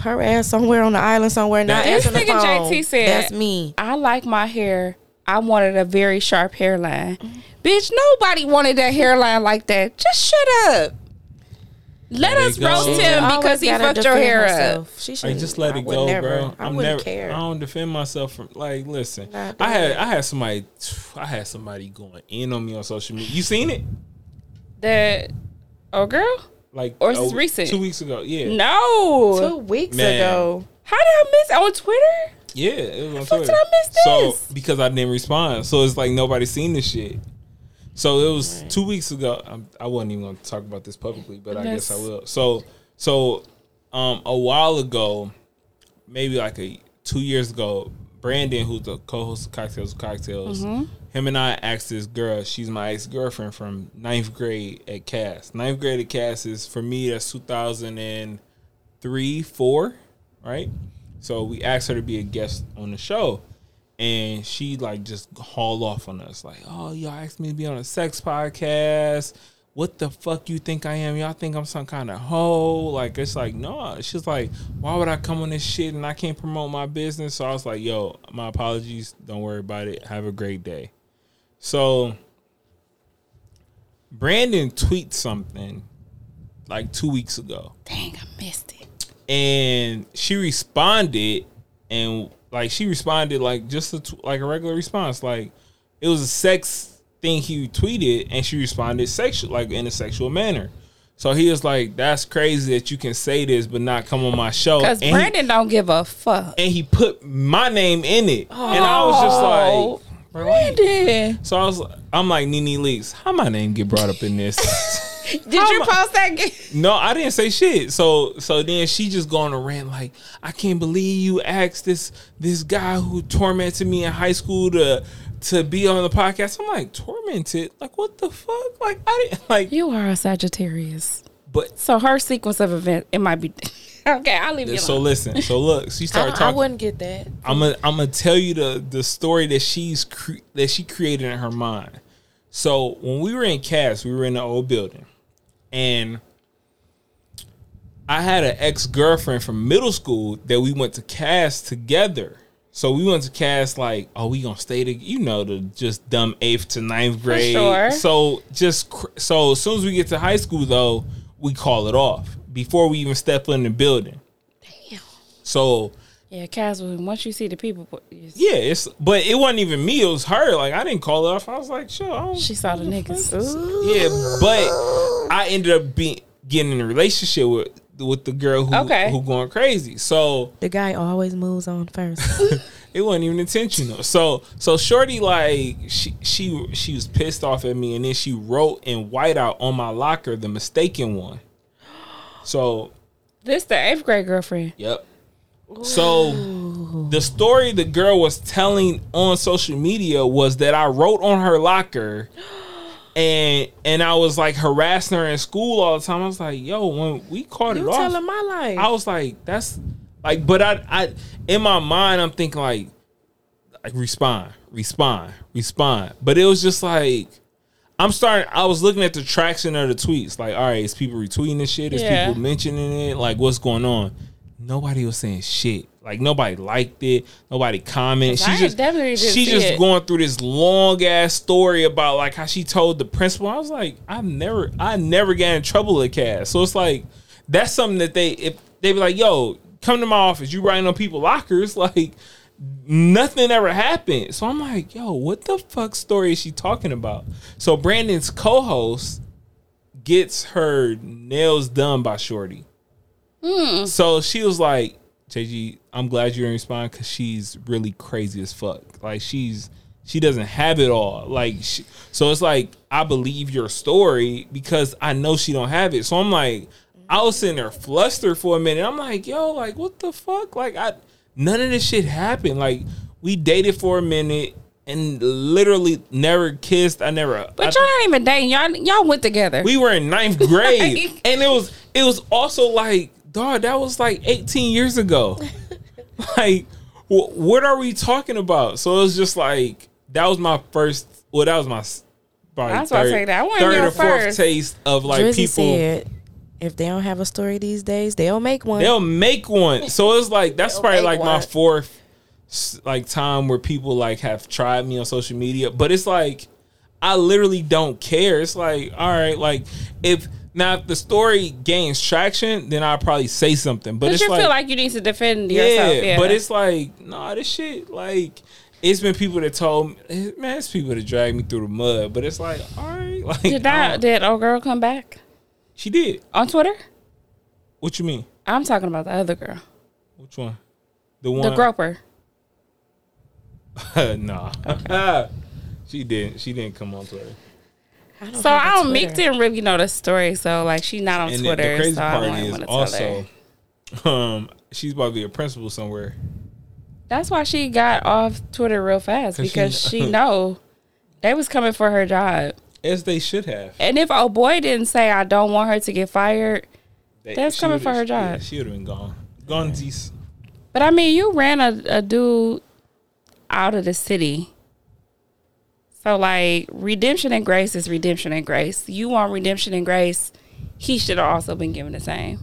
D: Her ass somewhere on the island somewhere, not
B: This
D: answering the
C: nigga
D: phone."
C: JT said-
D: That's me.
C: I like my hair. I wanted a very sharp hairline.
D: Mm-hmm.
C: Bitch, nobody wanted that hairline like that. Just shut up. Let
B: There
C: us
B: you go.
C: roast
B: She
C: him
D: Always
C: because he
D: gotta
C: fucked your
D: defend
C: hair up.
D: herself. She should
B: Like just let
D: I
B: it
D: would
B: go,
D: never,
B: bro.
D: I
B: I'm
D: wouldn't
B: never.
D: care.
B: I don't defend myself from like. Listen,
D: Not
B: I had
D: doing
B: I had somebody. I had somebody going in on me on social media. You seen it?
C: The oh girl?
B: Like
C: Or is this recent?
B: Two weeks ago. Yeah,
C: No.
D: Two weeks
B: Man.
D: ago,
C: How did I miss on Twitter?
B: yeah. It was
C: fuck
B: on
C: did
B: Twitter.
C: I miss this?
B: So because I didn't respond, so it's like nobody seen this shit. So it was two weeks ago. I'm, I wasn't even going to talk about this publicly, but I guess I
C: Yes.
B: will. So so um a while ago, maybe like a two years ago, Brandon, who's the co-host of Cocktails with Cocktails,
C: Mm-hmm.
B: him and I asked this girl. She's my ex girlfriend from ninth grade at Cass. Ninth grade at Cass is for me that's two thousand and three, four, right? So we asked her to be a guest on the show. And she like just haul off on us, like, oh, y'all asked me to be on a sex podcast. What the fuck you think I am? Y'all think I'm some kind of hoe? Like it's like, no. She's like, why would I come on this shit and I can't promote my business? So I was like, yo, my apologies. Don't worry about it. Have a great day. So Brandon tweets something like two weeks ago
C: Dang, I missed it.
B: and she responded and like she responded like just a tw- like a regular response like it was a sex thing he tweeted and she responded sexual like in a sexual manner so he was like that's crazy that you can say this but not come on my show
C: Because
B: And he-
C: Brandon don't give a fuck.
B: and he put my name in it and i was
C: Oh.
B: just like bro, why you-
C: Brandon.
B: so i was i'm like nene leaks how my name get brought up in this
C: Did you post that? g-
B: No, I didn't say shit. So so then she just going to rant like, I can't believe you asked this this guy who tormented me in high school to to be on the podcast. I'm like, tormented? Like what the fuck? Like I didn't like
C: You are a Sagittarius.
B: but
C: So her sequence of events, it might be. (laughs) okay, I'll leave you
B: so
C: alone.
B: listen, so look, she
D: I,
B: started
D: I
B: talking.
D: wouldn't get that.
B: I'm gonna I'm gonna tell you the the story that she's cre- that she created in her mind. So when we were in Cass, we were in the old building, and I had an ex girlfriend from middle school that we went to Cass together. So we went to Cass like, oh, we gonna stay to you know the just dumb eighth to ninth grade.
C: sure.
B: So just cr- so as soon as we get to high school though, we call it off before we even step in the building.
D: Damn.
B: So
C: Yeah, Caswell, once you see the people, it's-
B: yeah, it's but it wasn't even me. It was her. Like I didn't call it off. I was like, sure. I don't,
C: she saw the niggas.
B: yeah, but I ended up being getting in a relationship with with the girl who
C: Okay.
B: who going crazy. So
D: The guy always moves on first.
B: it wasn't even intentional. So so shorty like she she she was pissed off at me, and then she wrote in whiteout on my locker the mistaken one. So
C: This the eighth grade girlfriend.
B: Yep. So the story the girl was telling on social media was that I wrote on her locker and and I was like harassing her in school all the time. I was like, yo, when we caught it
D: you
B: off.
D: telling my life?
B: I was like, that's like, but I, I, in my mind, I'm thinking like, like respond, respond, respond. But it was just like, I'm starting. I was looking at the traction of the tweets. Like, all right, is people retweeting this shit? Is
C: Yeah.
B: people mentioning it? Like, what's going on? Nobody was saying shit. Like nobody liked it. Nobody commented.
C: I
B: She just
C: definitely didn't
B: she
C: see
B: just
C: it.
B: going through this long ass story about like how she told the principal. I was like, I've never I never got in trouble at Cass. So it's like that's something that they if they be like, yo, come to my office. You writing on people lockers (laughs) like nothing ever happened. So I'm like, yo, what the fuck story is she talking about? So Brandon's co-host gets her nails done by Shorty. So she was like, JG, I'm glad you didn't respond because she's really crazy as fuck. Like she's she doesn't have it all. Like she, so it's like I believe your story because I know she don't have it. So I'm like, I was sitting there flustered for a minute. I'm like, yo, like what the fuck? Like I none of this shit happened. Like we dated for a minute and literally never kissed. I never I-
C: But y'all not even dating. Y'all y'all went together.
B: we were in
C: (laughs)
B: ninth grade. and it was it was also like, dog, that was like 18 years
C: (laughs)
B: ago. like, wh- what are we talking about? So it was just like that was my first. Well, that was my s- probably
C: That's why I
B: third,
C: say that. I wasn't
B: third
C: here
B: or fourth
C: first.
B: taste of like
D: Drizzy
B: people.
D: said, if they don't have a story these days, they'll make one.
B: They'll make one. So it's like that's
D: They'll
B: probably
D: make
B: like my
D: one.
B: fourth s- like time where people like have tried me on social media, but it's like I literally don't care. It's like all right, like if now if the story gains traction, then I'll probably say something. But
C: but
B: it's
C: you
B: like,
C: feel like you need to defend yourself. Yeah,
B: but it's like nah, this shit like. It's been people that told me, eh, man, it's people that dragged me through the mud, but it's like, all right, (laughs) like um,
C: did that
B: I-
C: did old girl come back
B: she did.
C: on Twitter?
B: What you mean?
C: I'm talking about the other girl,
B: Which one? The one.
C: the groper.
B: (laughs) nah. she didn't. She didn't come on Twitter.
D: I don't
C: So
D: have a
C: I don't
D: Twitter.
C: Mick didn't really know the story. So like she's not on
B: And the-
C: Twitter.
B: the, crazy
C: so I
B: part
C: don't
B: is
C: want to tell
B: also,
C: her.
B: um, she's about to be a principal somewhere.
C: That's why she got off Twitter real
B: (laughs)
C: fast
B: 'Cause she
C: because
B: kn-
C: she, know they was coming for her job.
B: As they should have.
C: And if old boy didn't say I don't want her to get fired,
B: They-
C: That's
B: she
C: coming
B: would've-
C: for her
B: yeah,
C: job.
B: she would have been gone. Gone these.
C: but I mean you ran a, a dude out of the city. So like redemption and grace is redemption and grace. You want redemption and grace, he should have also been given the same.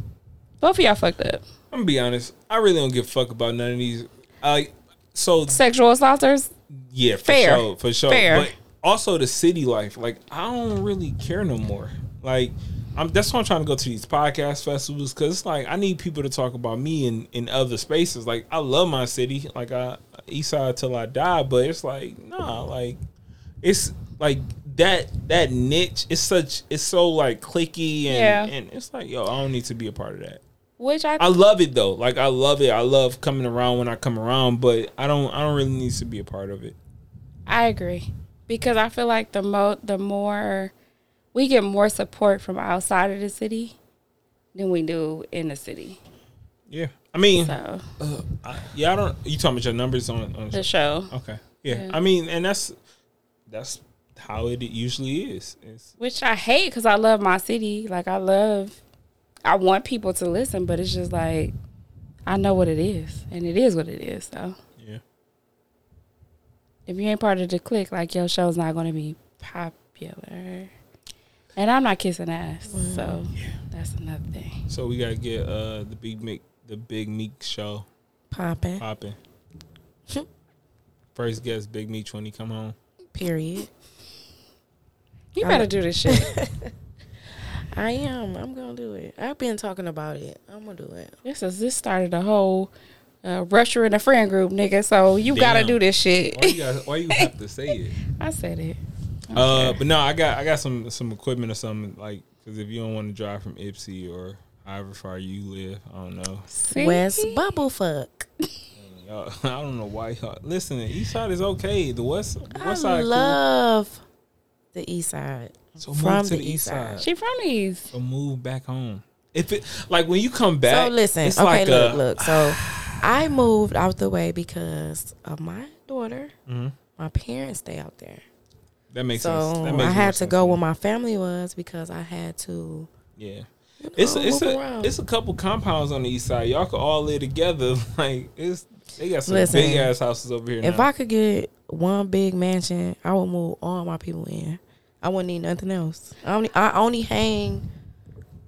C: Both of y'all fucked up.
B: I'm gonna be honest. I really don't give a fuck about none of these. I so
C: Sexual assaulters,
B: yeah, for
C: Fair.
B: sure, for sure.
C: Fair.
B: But also the city life. Like I don't really care no more. Like I'm that's why I'm trying to go to these podcast festivals because it's like I need people to talk about me in in other spaces. Like I love my city. Like I East Side till I die. But it's like nah. Like it's like that that niche is such it's so like clicky and
C: Yeah.
B: and it's like yo I don't need to be a part of that.
C: which I,
B: I love it though. Like I love it. I love coming around when I come around, but I don't I don't really need to be a part of it.
C: I agree because I feel like the mo the more we get more support from outside of the city than we do in the city.
B: Yeah. I mean,
C: So
B: I, yeah, I don't. You talking about your numbers on? on
C: the show,
B: okay. Yeah. I mean, and that's that's how it usually is. It's,
C: which I hate because I love my city, like I love, I want people to listen, but it's just like I know what it is, and it is what it is. So
B: yeah.
C: if you ain't part of the clique, like your show's not going to be popular. And I'm not kissing ass, so that's another thing.
B: So we gotta get uh the big Meek the big Meek show
D: popping.
B: popping. First guest, Big Meek when he come home.
D: Period.
C: You
D: I'm-
C: better do this shit.
D: I am. I'm gonna do it. I've been talking about it. I'm gonna do it.
C: This is this started a whole uh, rusher in a friend group, nigga. So you gotta
B: Damn.
C: do this shit.
B: Why you got?
C: (laughs)
B: Why you have to say it?
C: I said it.
B: Uh, but no, I got I got some some equipment or something like because if you don't want to drive from Ipsy or however far you live, I don't know.
C: See?
D: West bubble fuck.
B: Y'all, (laughs) I don't know why y'all listen. the East side is okay. The west the west
D: I
B: side
D: love the east side.
B: cool. so
D: from
B: move to
D: the
B: the east
D: east
B: side.
C: she from these.
B: So move back home. If it like when you come back,
D: so listen,
B: it's
D: okay,
B: like
D: look,
B: a-
D: look. So I moved out the way because of my daughter.
B: Mhm.
D: My parents stay out there.
B: That makes
D: so
B: sense. That
D: I
B: makes more
D: had to
B: sense
D: go
B: me.
D: where my family was because I had to.
B: Yeah. It's a,
D: know,
B: it's
D: move
B: a
D: around.
B: it's a couple compounds on the east side. Y'all could all live together. (laughs) Like it's they got some
D: Listen,
B: big ass houses over here.
D: If I could get one big mansion, I would move all my people in. I wouldn't need nothing else. I only I only hang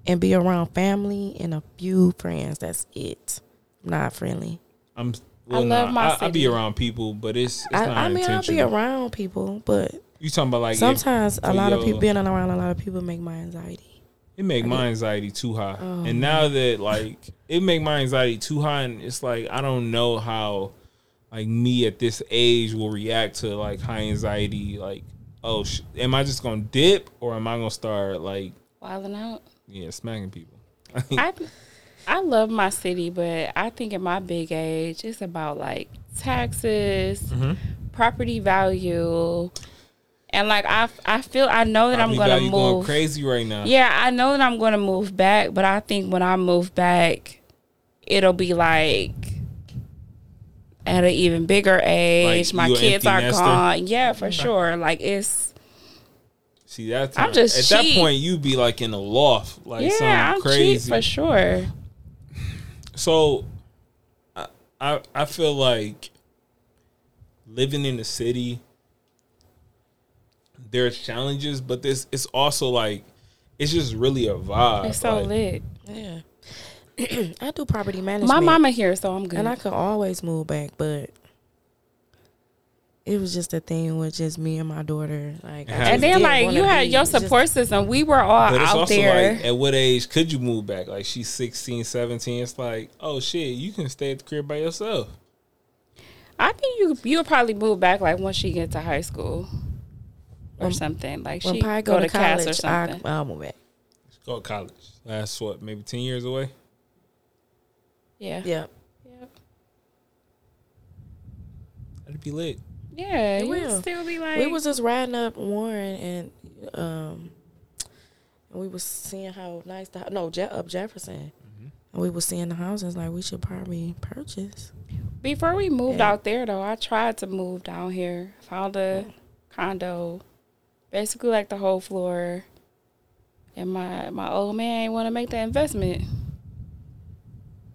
D: and be around family and a few friends. That's it. I'm not friendly.
B: I'm well,
C: love
B: nah,
C: my
B: I, I be
C: city.
B: around people, but it's, it's
D: I,
B: not
D: I mean, I'll
B: intentional.
D: be around people, but
B: You talking about like if-
D: sometimes
B: for
D: a lot of
B: your-
D: people being around a lot of people make my anxiety.
B: It make my anxiety too high.
C: Oh,
B: and now that like it make my anxiety too high and it's like I don't know how like me at this age will react to like high anxiety like oh sh- am I just going to dip or am I going to start like
C: Wilding out.
B: yeah smacking people. (laughs)
C: I I love my city, but I think at my big age,
B: Mm-hmm.
C: it's about like taxes, property value, And like I, I feel I know that
B: Probably
C: I'm gonna
B: value
C: move.
B: going crazy right now.
C: Yeah, I know that I'm gonna move back, but I think when I move back, it'll be like at an even bigger age.
B: Like,
C: My
B: you a
C: kids are
B: empty nester?
C: gone. Yeah, for sure. Like it's
B: See that's
C: I'm just
B: at that
C: cheap.
B: point you be like in a loft, like
C: yeah,
B: something
C: I'm
B: crazy.
C: cheap for sure.
B: So, I, I I feel like living in the city. There's challenges, but this it's also like it's just really a vibe.
C: It's so
B: like,
C: lit.
D: Yeah. (clears throat) I do property management.
C: My mama here, so I'm good.
D: And I could always move back, but it was just a thing with just me and my daughter.
B: And
D: Like, I just
C: and then
D: didn't
C: like
D: wanna
C: you had
D: be
C: your
D: just-
C: support system. We were all
B: But it's
C: out
B: also
C: there.
B: like, at what age could you move back? Like she's 16, 17. It's like, oh shit, you can stay at the crib by yourself.
C: I think you you'll probably move back like once she gets to high school or something. Like
D: when
C: she
D: Pi go, to
C: Cass or
D: college, I,
C: something.
D: I'll move back.
B: Let's go to college. That's what, maybe 10 years away?
C: yeah.
D: Yeah.
C: Yep.
B: That'd be lit.
C: Yeah,
D: It
C: you
D: will.
C: would still be like
D: we was just riding up Warren and um and we was seeing how nice the no Je- up Jefferson.
C: Mm-hmm.
D: And we was seeing the houses like we should probably purchase.
C: before we moved
D: Yeah.
C: out there though. I tried to move down here, found a condo, basically like the whole floor. And my my old man want to make the investment,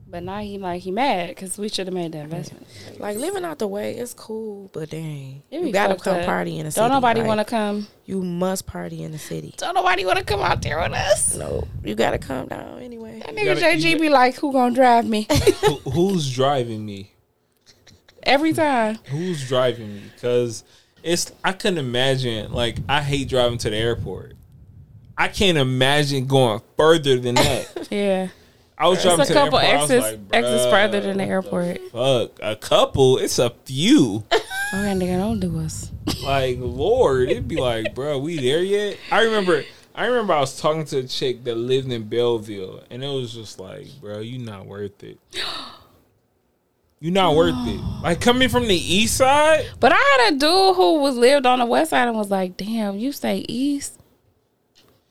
C: but now he like he mad because we should have made the investment.
D: Like living out the way is cool, but dang,
C: It
D: you
C: be
D: gotta
C: fucked
D: come
C: up.
D: party in the city.
C: Don't nobody
D: like,
C: want to come.
D: You must party in the city.
C: Don't nobody want to come out there with us.
D: No, you gotta come down anyway.
C: That
B: You
C: nigga
B: gotta- you
C: JG be like, who gonna drive
D: (laughs)
C: me
B: Who, who's driving me?
C: every time?
B: Who's driving me? Because it's, I couldn't imagine, like, I hate driving to the airport. I can't imagine going further than
C: (laughs)
B: that.
C: Yeah,
B: I was driving
C: it's
B: to
C: a
B: the
C: couple
B: airport. I
C: exits
B: was like,
C: exits
B: bruh,
C: further than the airport.
B: Fuck, a couple. It's a few.
C: Okay, nigga, don't do us.
B: like Lord, it'd be like, bro, we there yet? I remember, I remember, I was talking to a chick that lived in Belleville, and it was just like, bro, you not worth it. You not worth
C: (gasps)
B: it. Like coming from the east side,
C: But I had a dude who was lived on the west side and was like, "Damn, you say east?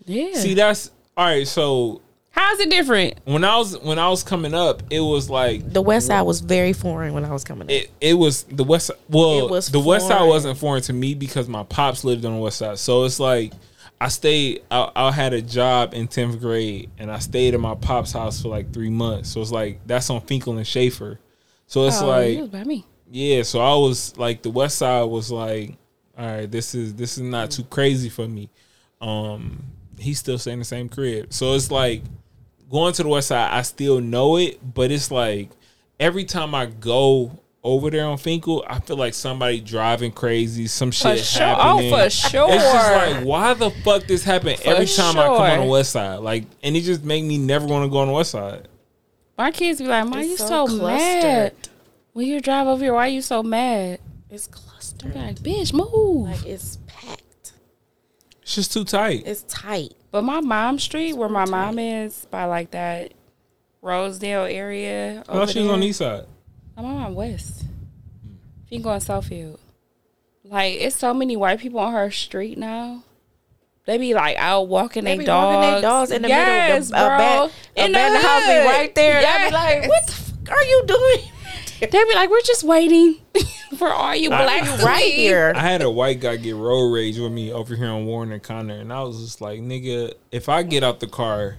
C: Yeah.
B: see, that's all right. So
C: How's it different?
B: when I was when I was coming up, it was like
D: The West Side was very foreign when I was coming up.
B: it, it was the west well
D: It was
B: the west side
D: foreign.
B: wasn't foreign to me because my pops lived on the west side so it's like i stayed i, I had a job in 10th grade and i stayed at my pop's house for like three months so it's like that's on finkel and schaefer so it's
C: oh,
B: like
C: you was by me.
B: yeah so i was like the west side was like all right this is this is not too crazy for me um he's still staying in the same crib so it's like going to the west side i still know it but it's like every time i go over there on finkel i feel like somebody driving crazy some
C: For
B: shit
C: sure.
B: happening
C: Oh, for sure.
B: it's just like why the fuck this happened every time i come on
C: sure.
B: the west side like and it just make me never want to go on the west side
C: my kids be like, "Mom,
D: It's
C: you so,
D: so
C: mad
D: clustered.
C: when you drive over here? Why you so mad?"
D: it's
C: I'm
D: clustered.
C: like, "Bitch, move."
D: Like it's packed.
B: it's just too tight
D: It's tight.
C: But my mom's street, where my mom is, by like that Rosedale area.
B: i thought she was
C: over
B: on
C: there.
B: the east side
C: I'm on West. If you can go on Southfield. Like, it's so many white people on her street now. They be like out walking
D: They
C: their
D: be
C: dogs.
D: walking they dogs in the middle. The-
C: yes,
D: a
C: bro.
D: ba- a
C: in the
D: abandoned house be
C: hood.
D: right there. And I
C: Yes.
D: be like, what the fuck are you doing?
C: They be like, we're just waiting (laughs) for all you blacks
D: (laughs) right
C: to leave."
D: here.
B: I had a white guy get road rage with me over here on Warren and Connor, and I was just like, nigga, if I get out the car,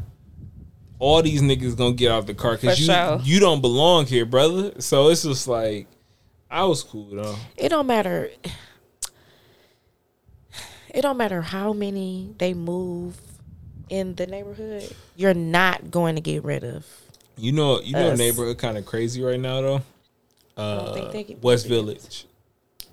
B: all these niggas gonna get out the car because
C: For
B: you
C: sure.
B: you don't belong here, brother. So it's just like, I was cool though.
D: It don't matter. It don't matter how many they move in the neighborhood. You're not going to get rid of.
B: You know, you know,
D: Us.
B: neighborhood kind of crazy right now though. Uh,
D: don't think they get
B: West
D: rid of
B: Village,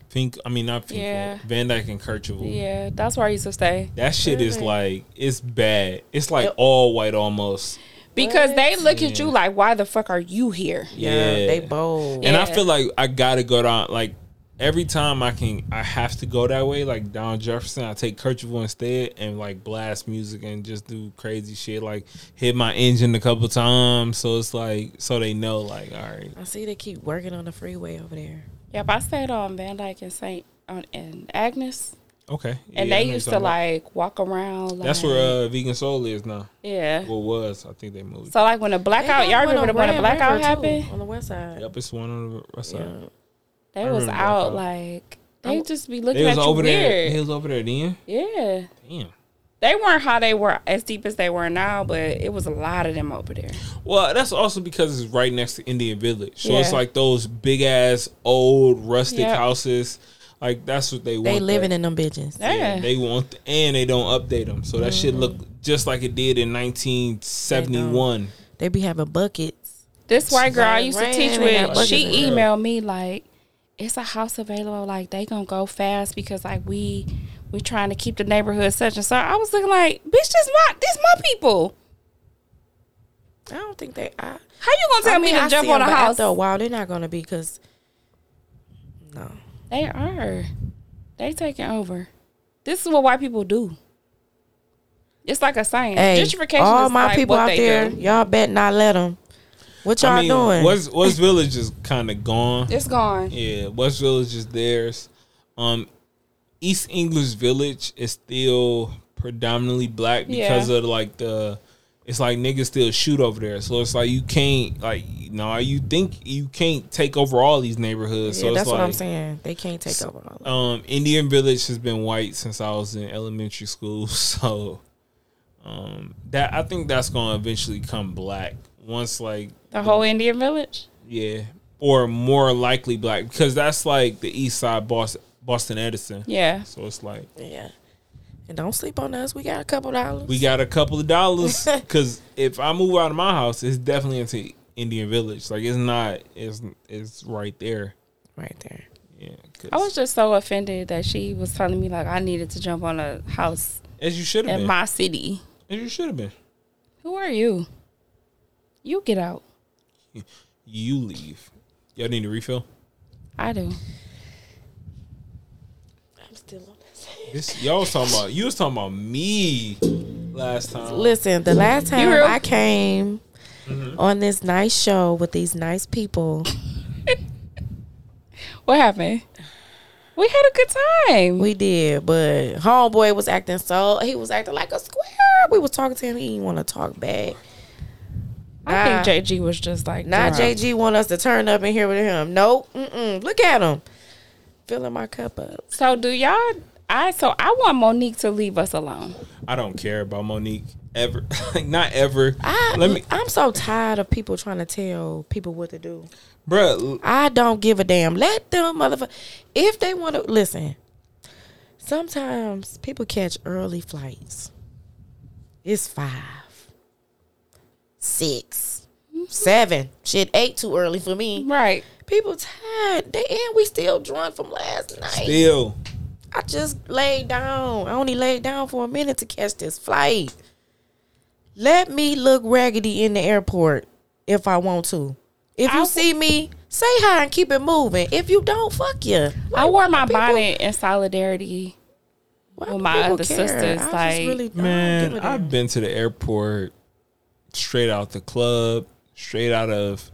B: Fink. I mean, not Fink.
C: Yeah.
B: Van Dyke and Kercheval.
C: Yeah, that's where I used to stay.
B: That shit is
D: Really?
B: like it's bad. It's like all white almost.
C: Because
D: What?
C: they look at you like, why the fuck are you here?
D: Yeah,
B: Yeah,
D: they bold.
B: And I
C: Yeah.
B: feel like I gotta go down. Like every time I can, I have to go that way. Like down Jefferson, I take Kercheval instead and like blast music and just do crazy shit. Like hit my engine a couple times, so it's like so they know. Like all right,
D: I see they keep working on the freeway over there.
C: Yep, I stayed on Van Dyke and St. on and Agnes.
B: Okay.
C: And
B: Yeah, I know
C: they used
B: you're
C: to
B: talking about-
C: like walk around. Like,
B: That's where uh, Vegan Soul is now.
C: yeah.
B: Well, was I think they moved.
C: So like when the blackout, y'all remember when the blackout happened?
D: on the west side. Uh,
B: yep, it's one on the west side.
D: Yeah.
C: They
B: I
C: was
B: remember
C: out
B: Blackout.
C: like they just be looking
B: They was
C: at you
B: over there.
C: weird.
B: They was over there then.
C: yeah,
B: Damn.
C: they weren't how they were as deep as they were now, but it was a lot of them over there.
B: Well, that's also because it's right next to Indian Village, so it's
C: Yeah.
B: like those big ass old rustic
C: Yep.
B: houses. Like that's what they want.
D: They
B: that.
D: living in them bitches.
C: Yeah.
B: Yeah, they want and they don't update them, so that shit
C: Mm-hmm.
B: look just like it did in 1971.
D: They be having buckets.
C: This white girl I used to
D: Rain,
C: teach
D: they got
C: with,
D: buckets
C: she
D: in
B: there.
C: emailed me like, "It's a house available. Like they gonna go fast because like we we trying to keep the neighborhood such and so." I was looking like, "Bitch, this my this my people.
D: I don't think they. I,
C: How you gonna tell
D: I mean,
C: me
D: I
C: to jump
D: see
C: on a
D: 'em, but
C: house?"
D: After a while, they're not gonna be because. No,
C: They are. They taking over. This is what white people do. It's like a saying.
D: hey,
C: Mm. Gentrification
D: all
C: is
D: my
C: like
D: people
C: what
D: out
C: they
D: there,
C: do.
D: y'all bet not let them. What y'all
B: I mean,
D: doing?
B: West West Village is kind of gone.
C: It's gone.
B: Yeah, West Village is theirs. Um, East English Village is still predominantly black because
C: Yeah.
B: of like the. It's like niggas still shoot over there, so it's like you can't like no, you think you can't take over all these neighborhoods.
D: yeah,
B: so
D: that's
B: it's
D: what
B: like,
D: I'm saying. They can't take over all. Of
B: Um, Indian Village has been white since I was in elementary school, (laughs) so um, that I think that's gonna eventually come black once like
C: The whole Indian village.
B: yeah, or more likely black because that's like the East Side Boston, Boston Edison.
C: Yeah.
B: So it's like
D: them. Yeah, and don't sleep on us. We got a couple dollars.
B: we got a couple of
C: (laughs)
B: dollars because if I move out of my house, it's definitely into Indian Village. Like it's not, it's it's right there.
D: right there.
B: Yeah, 'cause-
C: I was just so offended that she was telling me like I needed to jump on a house
B: as you should have
C: in
B: been.
C: my city.
B: as you should have been.
C: Who are you? You get out.
B: You leave. Y'all need a refill.
C: I do.
D: I'm still on this.
B: This y'all was talking about. You was talking about me last time.
D: Listen, the last time
C: real-
D: I came
B: Mm-hmm.
D: on this nice show with these nice people,
C: What happened? We had a good time.
D: we did, but homeboy was acting so he was acting like a square. We was talking to him, he didn't want to talk back.
C: I
D: Nah.
C: think JG was just like
D: Not
C: "Bruh."
D: JG want us to turn up in here with him. Nope. Mm-mm. Look at him. Filling my cup up.
C: So do y'all? I so I want Monique to leave us alone.
B: I don't care about Monique ever. (laughs) Like, not ever.
D: I,
B: Let me,
D: I'm so tired of people trying to tell people what to do.
B: bruh.
D: I don't give a damn. Let them motherfucker. If they want to listen, sometimes people catch early flights. It's five, six, seven, shit, eight too early for me.
C: Right.
D: People tired. They and we still drunk from last night.
B: Still,
D: I just laid down. I only laid down for a minute to catch this flight. Let me look raggedy in the airport if I want to. If you
C: I-
D: see me, say hi and keep it moving. If you don't, fuck you.
C: I wore my
D: people-
C: bonnet in solidarity.
D: Why
C: Well,
D: do
C: my
D: people
C: other sisters,
D: I just
C: like-
D: really don't
B: man.
D: give a
B: I've
D: damn.
B: been to the airport, straight out the club, straight out of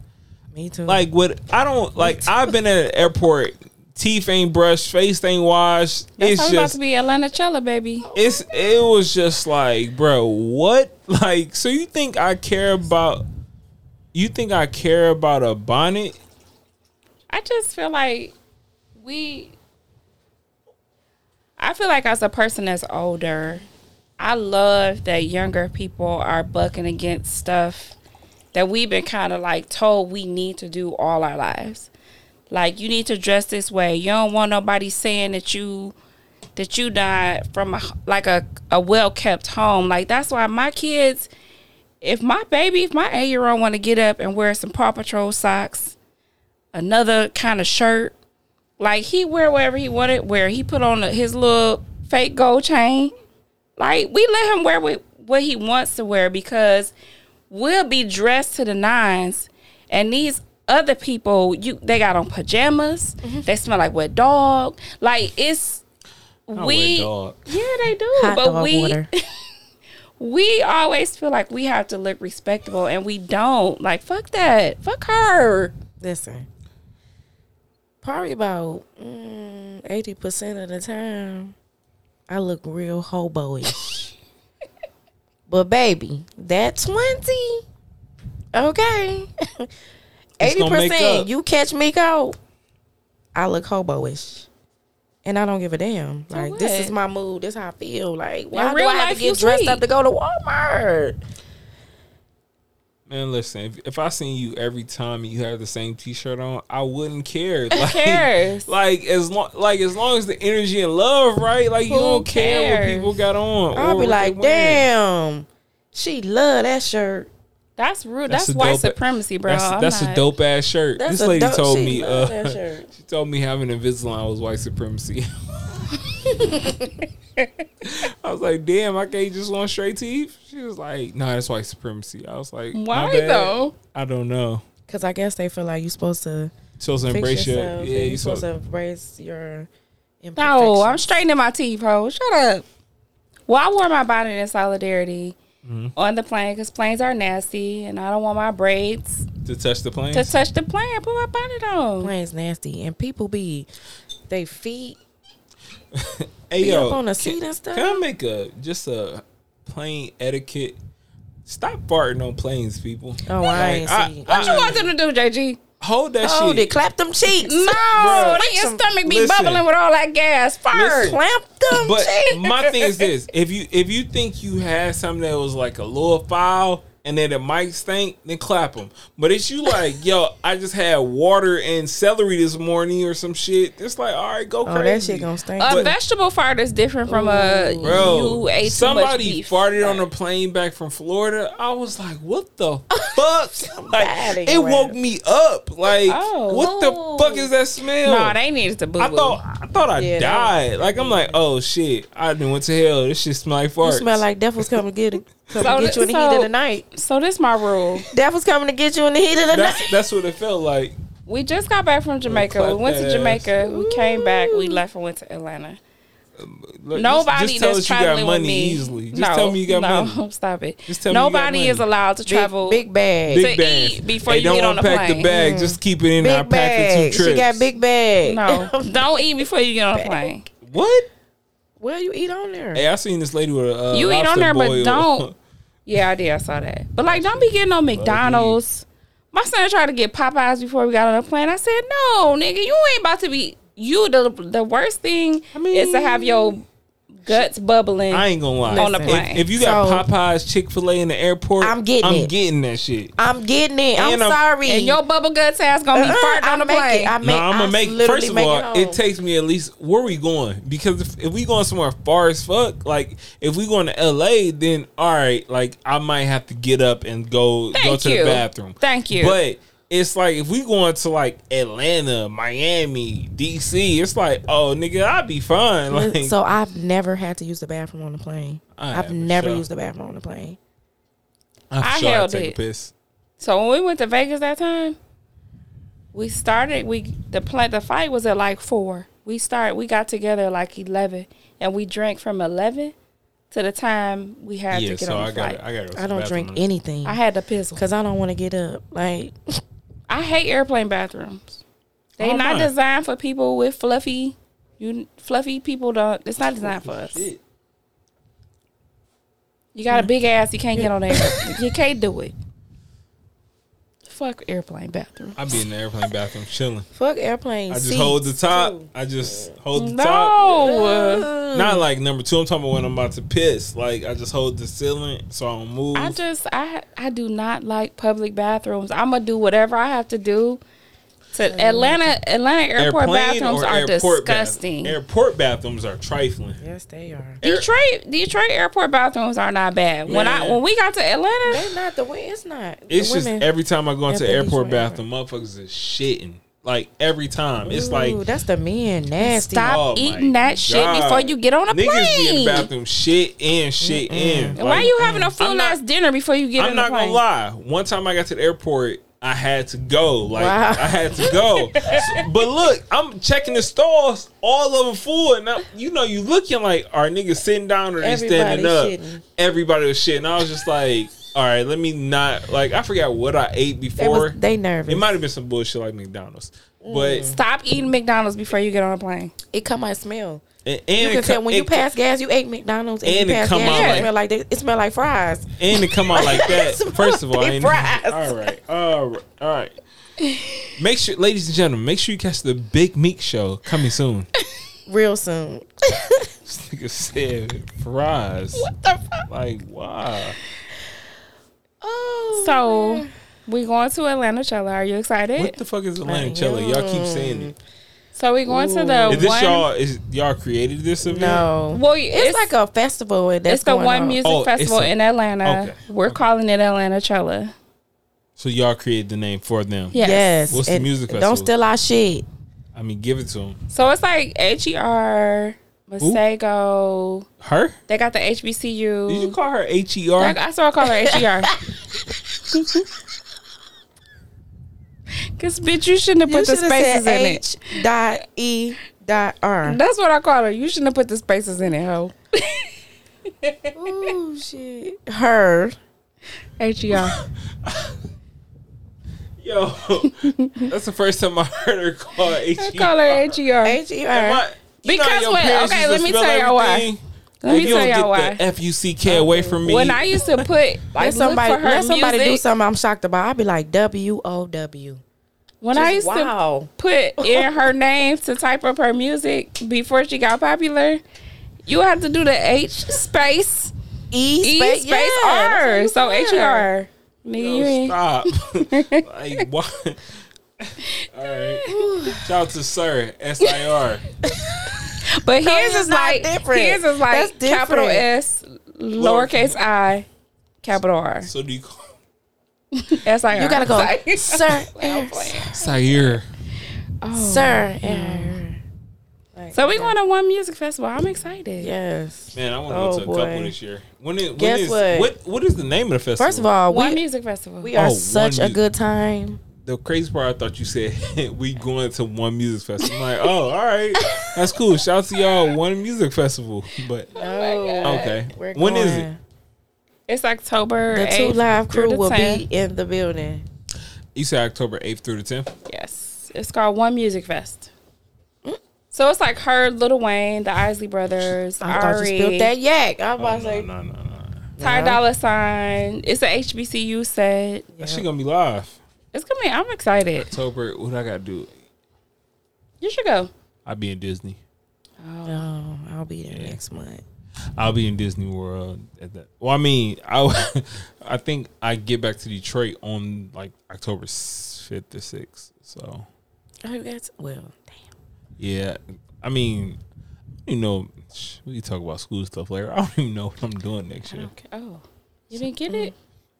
D: me too.
B: like what I don't like. I've been at the airport. Teeth ain't brushed, face ain't washed.
C: That's
B: it's
C: I'm about
B: just
C: to be Atlanta Cella, baby.
B: it's it was just like, bro, what? Like, so you think I care about? You think I care about a bonnet?
C: I just feel like we. I feel like as a person that's older, I love that younger people are bucking against stuff that we've been kind of like told we need to do all our lives. Like you need to dress this way. You don't want nobody saying that you that you died from a, like a a well kept home. Like that's why my kids, if my baby, if my eight year old want to get up and wear some Paw Patrol socks another kind of shirt. Like he wear whatever he wanted. Where he put on his little fake gold chain. Like we let him wear what, what he wants to wear because we'll be dressed to the nines, and these other people, you they got on pajamas.
D: Mm-hmm.
C: They smell like wet dog. Like it's
B: I
C: we.
B: went, dog.
C: Yeah, they do.
D: Hot
C: but
D: dog
C: we
D: water.
C: we always feel like we have to look respectable, and we don't. Like fuck that. Fuck her.
D: Listen, mm, probably about eighty percent of the time, I look
C: (laughs)
D: real hobo-ish. but baby, that 20. Okay.
B: It's gonna make up.
D: 80% you catch me go. I look hobo-ish. And I don't give a damn. Like this is
C: what?
D: my mood. This how I feel. Like why do
C: real
D: I have
C: life,
D: to
C: you
D: get dressed
C: sweet.
D: up to go to Walmart?
B: Man, listen, if, if I seen you every time you had the same T-shirt on, I wouldn't care. Who
C: cares?
B: (laughs) Like as long, like as long as the energy and love, right? Like you
C: Who
B: don't care what
C: cares?
B: people got on. or
D: I'll be
B: what they
D: like,
B: wearing.
D: damn, she love that shirt.
C: That's rude.
B: That's
C: That's,
B: a
C: white
B: dope-
C: supremacy, bro.
B: That's, that's
C: I'm
B: a
C: not-
B: dope ass shirt.
D: That's
B: this
D: a
B: lady
D: dope-
B: told
D: she
B: me,
D: love
B: uh,
D: that shirt.
B: she told me having Invisalign was white supremacy. (laughs) I was like, damn, I can't just want straight teeth. She was like, no, nah, that's white supremacy. I was like, my
C: Why
B: bad.
C: though?
B: I don't know.
D: (laughs) Cause I guess they feel like you're supposed to
B: Supposed to
D: fix
B: embrace your,
D: yourself.
B: yeah,
D: and
B: you
D: you're supposed
B: supposed
D: to embrace your imperfections.
C: No, I'm straightening my teeth, ho. Shut up. Well, I wore my bonnet in solidarity
B: Mm-hmm.
C: on the plane because planes are nasty, and I don't want my braids
B: to touch the plane.
C: to touch the plane. Put my bonnet on.
D: Planes nasty, and people be they feet
B: hey
D: be
B: yo,
D: up on the
B: can-
D: seat and stuff.
B: Can I make a just a plain etiquette? Stop farting on planes, people.
D: Oh, I ain't
B: I-
D: see.
B: I-
C: What you want them to do, JG?
B: Hold that
D: Hold
B: shit.
D: it, Oh, clap them cheeks.
C: No,
B: Bruh.
C: they- your stomach be
B: Listen.
C: bubbling with all that gas. Fire.
B: Listen.
D: Clamp them
B: But
D: cheeks.
B: my thing is this: if you if you think you had something that was like a little foul and then it might stink, then clap them. But if
D: (laughs)
B: you like, yo, I just had water and celery this morning or some shit, it's like, all right, go
D: oh,
B: crazy.
D: that shit gonna stink.
C: A
B: But-
C: vegetable fart is different from a
B: Bro,
C: you ate too
B: somebody
C: much beef.
B: farted on a plane back from Florida. I was like, "What the
C: (laughs)
B: fuck?" like,
D: Somebody
B: it woke
D: grabbed-
B: me up. Like,
C: Oh.
B: what the fuck is that smell?
C: No, they needed to boo
B: I thought I thought I
D: Yeah, that
B: died. Like, I'm like, "Oh shit, I done went to hell. This shit smell like farts."
D: you smell like devil's coming to get (laughs) it. Come
C: So-
D: get you in the heat
C: so-
D: of the night.
C: So this my rule.
D: Devil's coming to get you in the heat of the night.
B: that's that's what it felt like.
C: We just got back from Jamaica.
B: clap
C: We went to
B: that ass.
C: Jamaica. We came back. We left and went to Atlanta.
B: Look,
C: Nobody
B: just, just tell
C: that's
B: us you got
C: traveling with
B: money
C: me.
B: easily. Just
C: no,
B: tell me you got
C: no,
B: money.
C: stop it.
B: Just tell me you got
C: Nobody
B: money.
C: is allowed to travel.
D: Big, big bag.
B: Big
C: (laughs) to
B: bags.
C: eat before
B: Hey,
C: you
B: don't
C: get on the
B: unpack
C: plane. Mm.
B: the bag. Just keep it in. our
D: Big
B: packet
D: bag.
B: two trips.
D: She got big
B: (laughs)
D: bag. (laughs)
C: no, don't eat before you get on the plane.
B: What?
D: Well, you eat on there.
B: Hey, I seen this lady with a uh,
C: You eat on
B: lobster
C: there, but
B: boil. (laughs)
C: don't. Yeah, I did. I saw that. But like, don't be getting on McDonald's. My son tried to get Popeyes before we got on the plane. I said, no, nigga, you ain't about to be. You the the worst thing is to have your guts bubbling.
B: I ain't gonna lie.
C: On the
B: If-
C: plane.
B: if, you got
D: So-
B: Popeyes, Chick Fil A in the airport,
D: I'm getting
B: I'm
D: it.
B: getting that shit.
D: I'm getting it. I'm,
B: And I'm-
D: sorry.
C: and your bubble guts ass gonna be
D: Uh-uh,
C: farting
D: I
C: on the
D: make
C: plane.
D: It. I make,
B: no, I'm
D: I
B: gonna make.
D: literally
B: First of
D: make
B: all,
D: it,
B: it, takes me at least where we going because if, if we going somewhere far as fuck, like if we going to L.A., then all right, like I might have to get up and go go
C: Thank
B: to the
C: you.
B: bathroom.
C: Thank you.
B: But it's like if we going to like Atlanta, Miami, D.C., it's like oh nigga, I'd be fine.
D: home.
B: Like
D: So I've never had to use the bathroom on the plane.
B: I
D: I've
B: haven't,
D: never
B: sure.
D: used the bathroom on the plane.
B: I'm
C: I
B: sure I'd
C: held
B: take a
C: it.
B: piss.
C: So when we went to Vegas that time, we started. We the play, the fight was at like four. We started. We got together at like eleven, and we drank from eleven to the time we had
B: Yeah,
C: to get
B: so
C: on the
B: I
C: flight.
B: got I got.
D: I don't drink anything
C: I had to piss
D: because I don't want to get up. Like
C: I hate airplane bathrooms. They
B: Oh,
C: not
B: my.
C: designed for people with fluffy. You fluffy people don't. It's not designed for us.
B: Shit.
C: You got
B: (laughs)
C: a big ass. You can't get on there. you can't do it. Fuck airplane bathroom.
B: I'd be in the airplane bathroom chilling.
D: fuck airplane.
B: I just
D: seats,
B: hold the top.
D: too.
B: I just hold the top.
C: No.
B: Not like number two. I'm talking about when I'm about to piss. Like I just hold the ceiling so I don't move.
C: I just I I do not like public bathrooms. I'm gonna do whatever I have to do. To Atlanta Atlanta airport bathrooms
B: or
C: are
B: airport bath-
C: disgusting.
B: airport bathrooms are trifling.
D: Yes, they are.
B: air-
C: Detroit Detroit airport bathrooms are not bad. When I
B: Man.
C: when we got to Atlanta,
D: They're not the way. It's not.
B: It's
D: the
B: just
D: women.
B: every time I go into
D: Yeah,
B: the
D: but
B: airport
D: these women-
B: bathroom, motherfuckers is shitting. Like every time, it's like
D: Ooh, that's the men nasty.
C: Stop
B: oh
C: eating
B: my
C: that shit before
B: God.
C: you get on a
B: Niggas be in the
C: plane.
B: bathroom, shit in, shit in.
C: Why
B: Like, mm,
C: you having a full
B: I'm not-
C: ass dinner before you get
B: I'm
C: in the
B: not
C: plane?
B: gonna lie. One time I got to the airport, I had to go. Like
D: Wow.
B: I had to go.
D: (laughs)
B: So- but look, I'm checking the stalls, all of them full, and I, you know you looking like are niggas sitting down or they standing up?
D: Everybody shitting.
B: Everybody was shitting. I was just like, all right, let me not like I forgot what I ate
D: They,
B: before.
D: was, they Mm. nervous.
B: it might have been some bullshit like McDonald's, but
C: Stop eating McDonald's before you get on a plane.
D: it come out smell.
B: And,
D: You
B: and
D: can
B: it
D: tell
B: co-
D: when you
B: it-
D: pass gas, you ate McDonald's and,
B: And
D: you
B: it
D: pass
B: come
D: gas.
B: out
D: it
B: like-
D: smell like they, it smell like (laughs) fries.
B: and to come out like that.
D: Smell
B: First of all,
D: like
B: I
D: they
B: ain't
D: fries.
B: all right, all right, all right. Make sure, ladies and gentlemen, make sure you catch the Big Meek Show coming soon. (laughs)
D: Real soon.
B: This nigga said fries. What the fuck? Like why?
D: Oh,
C: So we going to Atlanta Chella. Are you excited?
B: Mm-hmm. What the fuck is Atlanta Chella? Y'all keep saying it.
C: so we going to the
B: Is this
C: one.
B: y'all? Is y'all created this event?
D: no.
C: well,
D: it's, like a festival. That's
C: it's the
D: going
C: one
D: on.
C: music
B: Oh, it's
C: festival
B: a-
C: in Atlanta.
B: okay,
C: We're
B: okay.
C: calling it Atlanta Chella.
B: So y'all created the name for them.
C: Yes.
D: Yes.
B: What's the
D: And
B: music festival?
D: Don't steal our shit.
B: I mean, give it to them.
C: So it's like HER, Masego.
B: Her?
C: They got the HBCU.
B: Did you call her H E
C: I,
B: R?
C: I saw her call her
D: (laughs)
C: HER. Cause bitch, you shouldn't have
D: You
C: put the
D: should have
C: spaces
D: said
C: in it.
D: H dot E dot (laughs) R.
C: That's what I call her. You shouldn't have put the spaces in it, ho.
D: Oh shit. Her. E
C: H-E-R.
B: Yo, (laughs) that's the first time I heard her call H
C: I
B: E
C: call her
B: R.
C: H-E-R.
D: H E R.
C: Because what- okay, let me tell y'all why. Let me tell y'all why.
B: F U C K away from me.
C: When I used to put like somebody,
D: Let somebody
C: look for her
D: let somebody do
C: music,
D: something I'm shocked about. I'd be like W O W.
C: when I used to
D: wow.
C: put
D: (laughs)
C: in her name to type up her music before she got popular, you have to do the H space
D: E,
C: E
D: space,
C: space
D: yeah, that's what
C: R.
D: you
C: So
D: said.
C: H-E-R. Nigga, you
B: Yo,
C: ain't.
B: Oh,
C: (laughs)
B: stop. like what? (laughs) All right. Shout out to Sir S I R.
C: But his
D: it's
C: is
D: not
C: like
D: different.
C: his is like
D: That's different.
C: capital S, lowercase i, capital R.
B: So do you call
C: S I R.
D: (laughs) You gotta
C: (laughs) Sorry.
D: go, sir, (laughs)
C: I'm playing.
B: Sire?
D: sir. R.
C: So we going to one music festival. I'm excited.
D: Yes.
B: Man, I want to
D: Oh,
B: go to a
D: boy.
B: couple this year. When is, when
D: Guess
B: is-
D: what?
B: what? What is the name of the festival?
D: First of all,
C: One
D: we
C: music festival.
D: we are
B: Oh,
D: such
B: one
D: a
B: mu-
D: good time.
B: the crazy part, I thought you said (laughs) we going to one music festival. I'm like, oh, all right, that's cool. Shout out to y'all, one music festival. But
D: Oh,
B: okay,
D: we're
B: when is it?
D: going.
C: it's October.
D: The
C: 8th
D: two live
C: through
D: crew
C: the
D: will
C: 10th.
D: be in the building.
B: You said October eighth through the tenth.
C: Yes. It's called One Music Fest.
D: Mm.
C: So it's like her, Little Wayne, the Isley Brothers,
D: I thought you
C: Ari,
D: spilled that yak. I was
B: No,
D: about to
B: no,
D: say.
B: Oh, no, no. no.
C: Ty
D: Yeah.
C: Dolla Sign. It's a HBCU set.
B: That shit gonna be live.
C: It's gonna be. I'm excited.
B: October. What I gotta do?
C: You should go.
B: I'll be in Disney.
D: No, "Oh, I'll be there next month.
B: I'll be in Disney World at that. Well, I mean, I (laughs) I think I get back to Detroit on like October fifth or sixth. So
D: Oh, that's well.
B: yeah, I mean, you know, sh- we can talk about school stuff later. (laughs) I don't even know what I'm doing next year.
C: Okay. Oh, you didn't get it?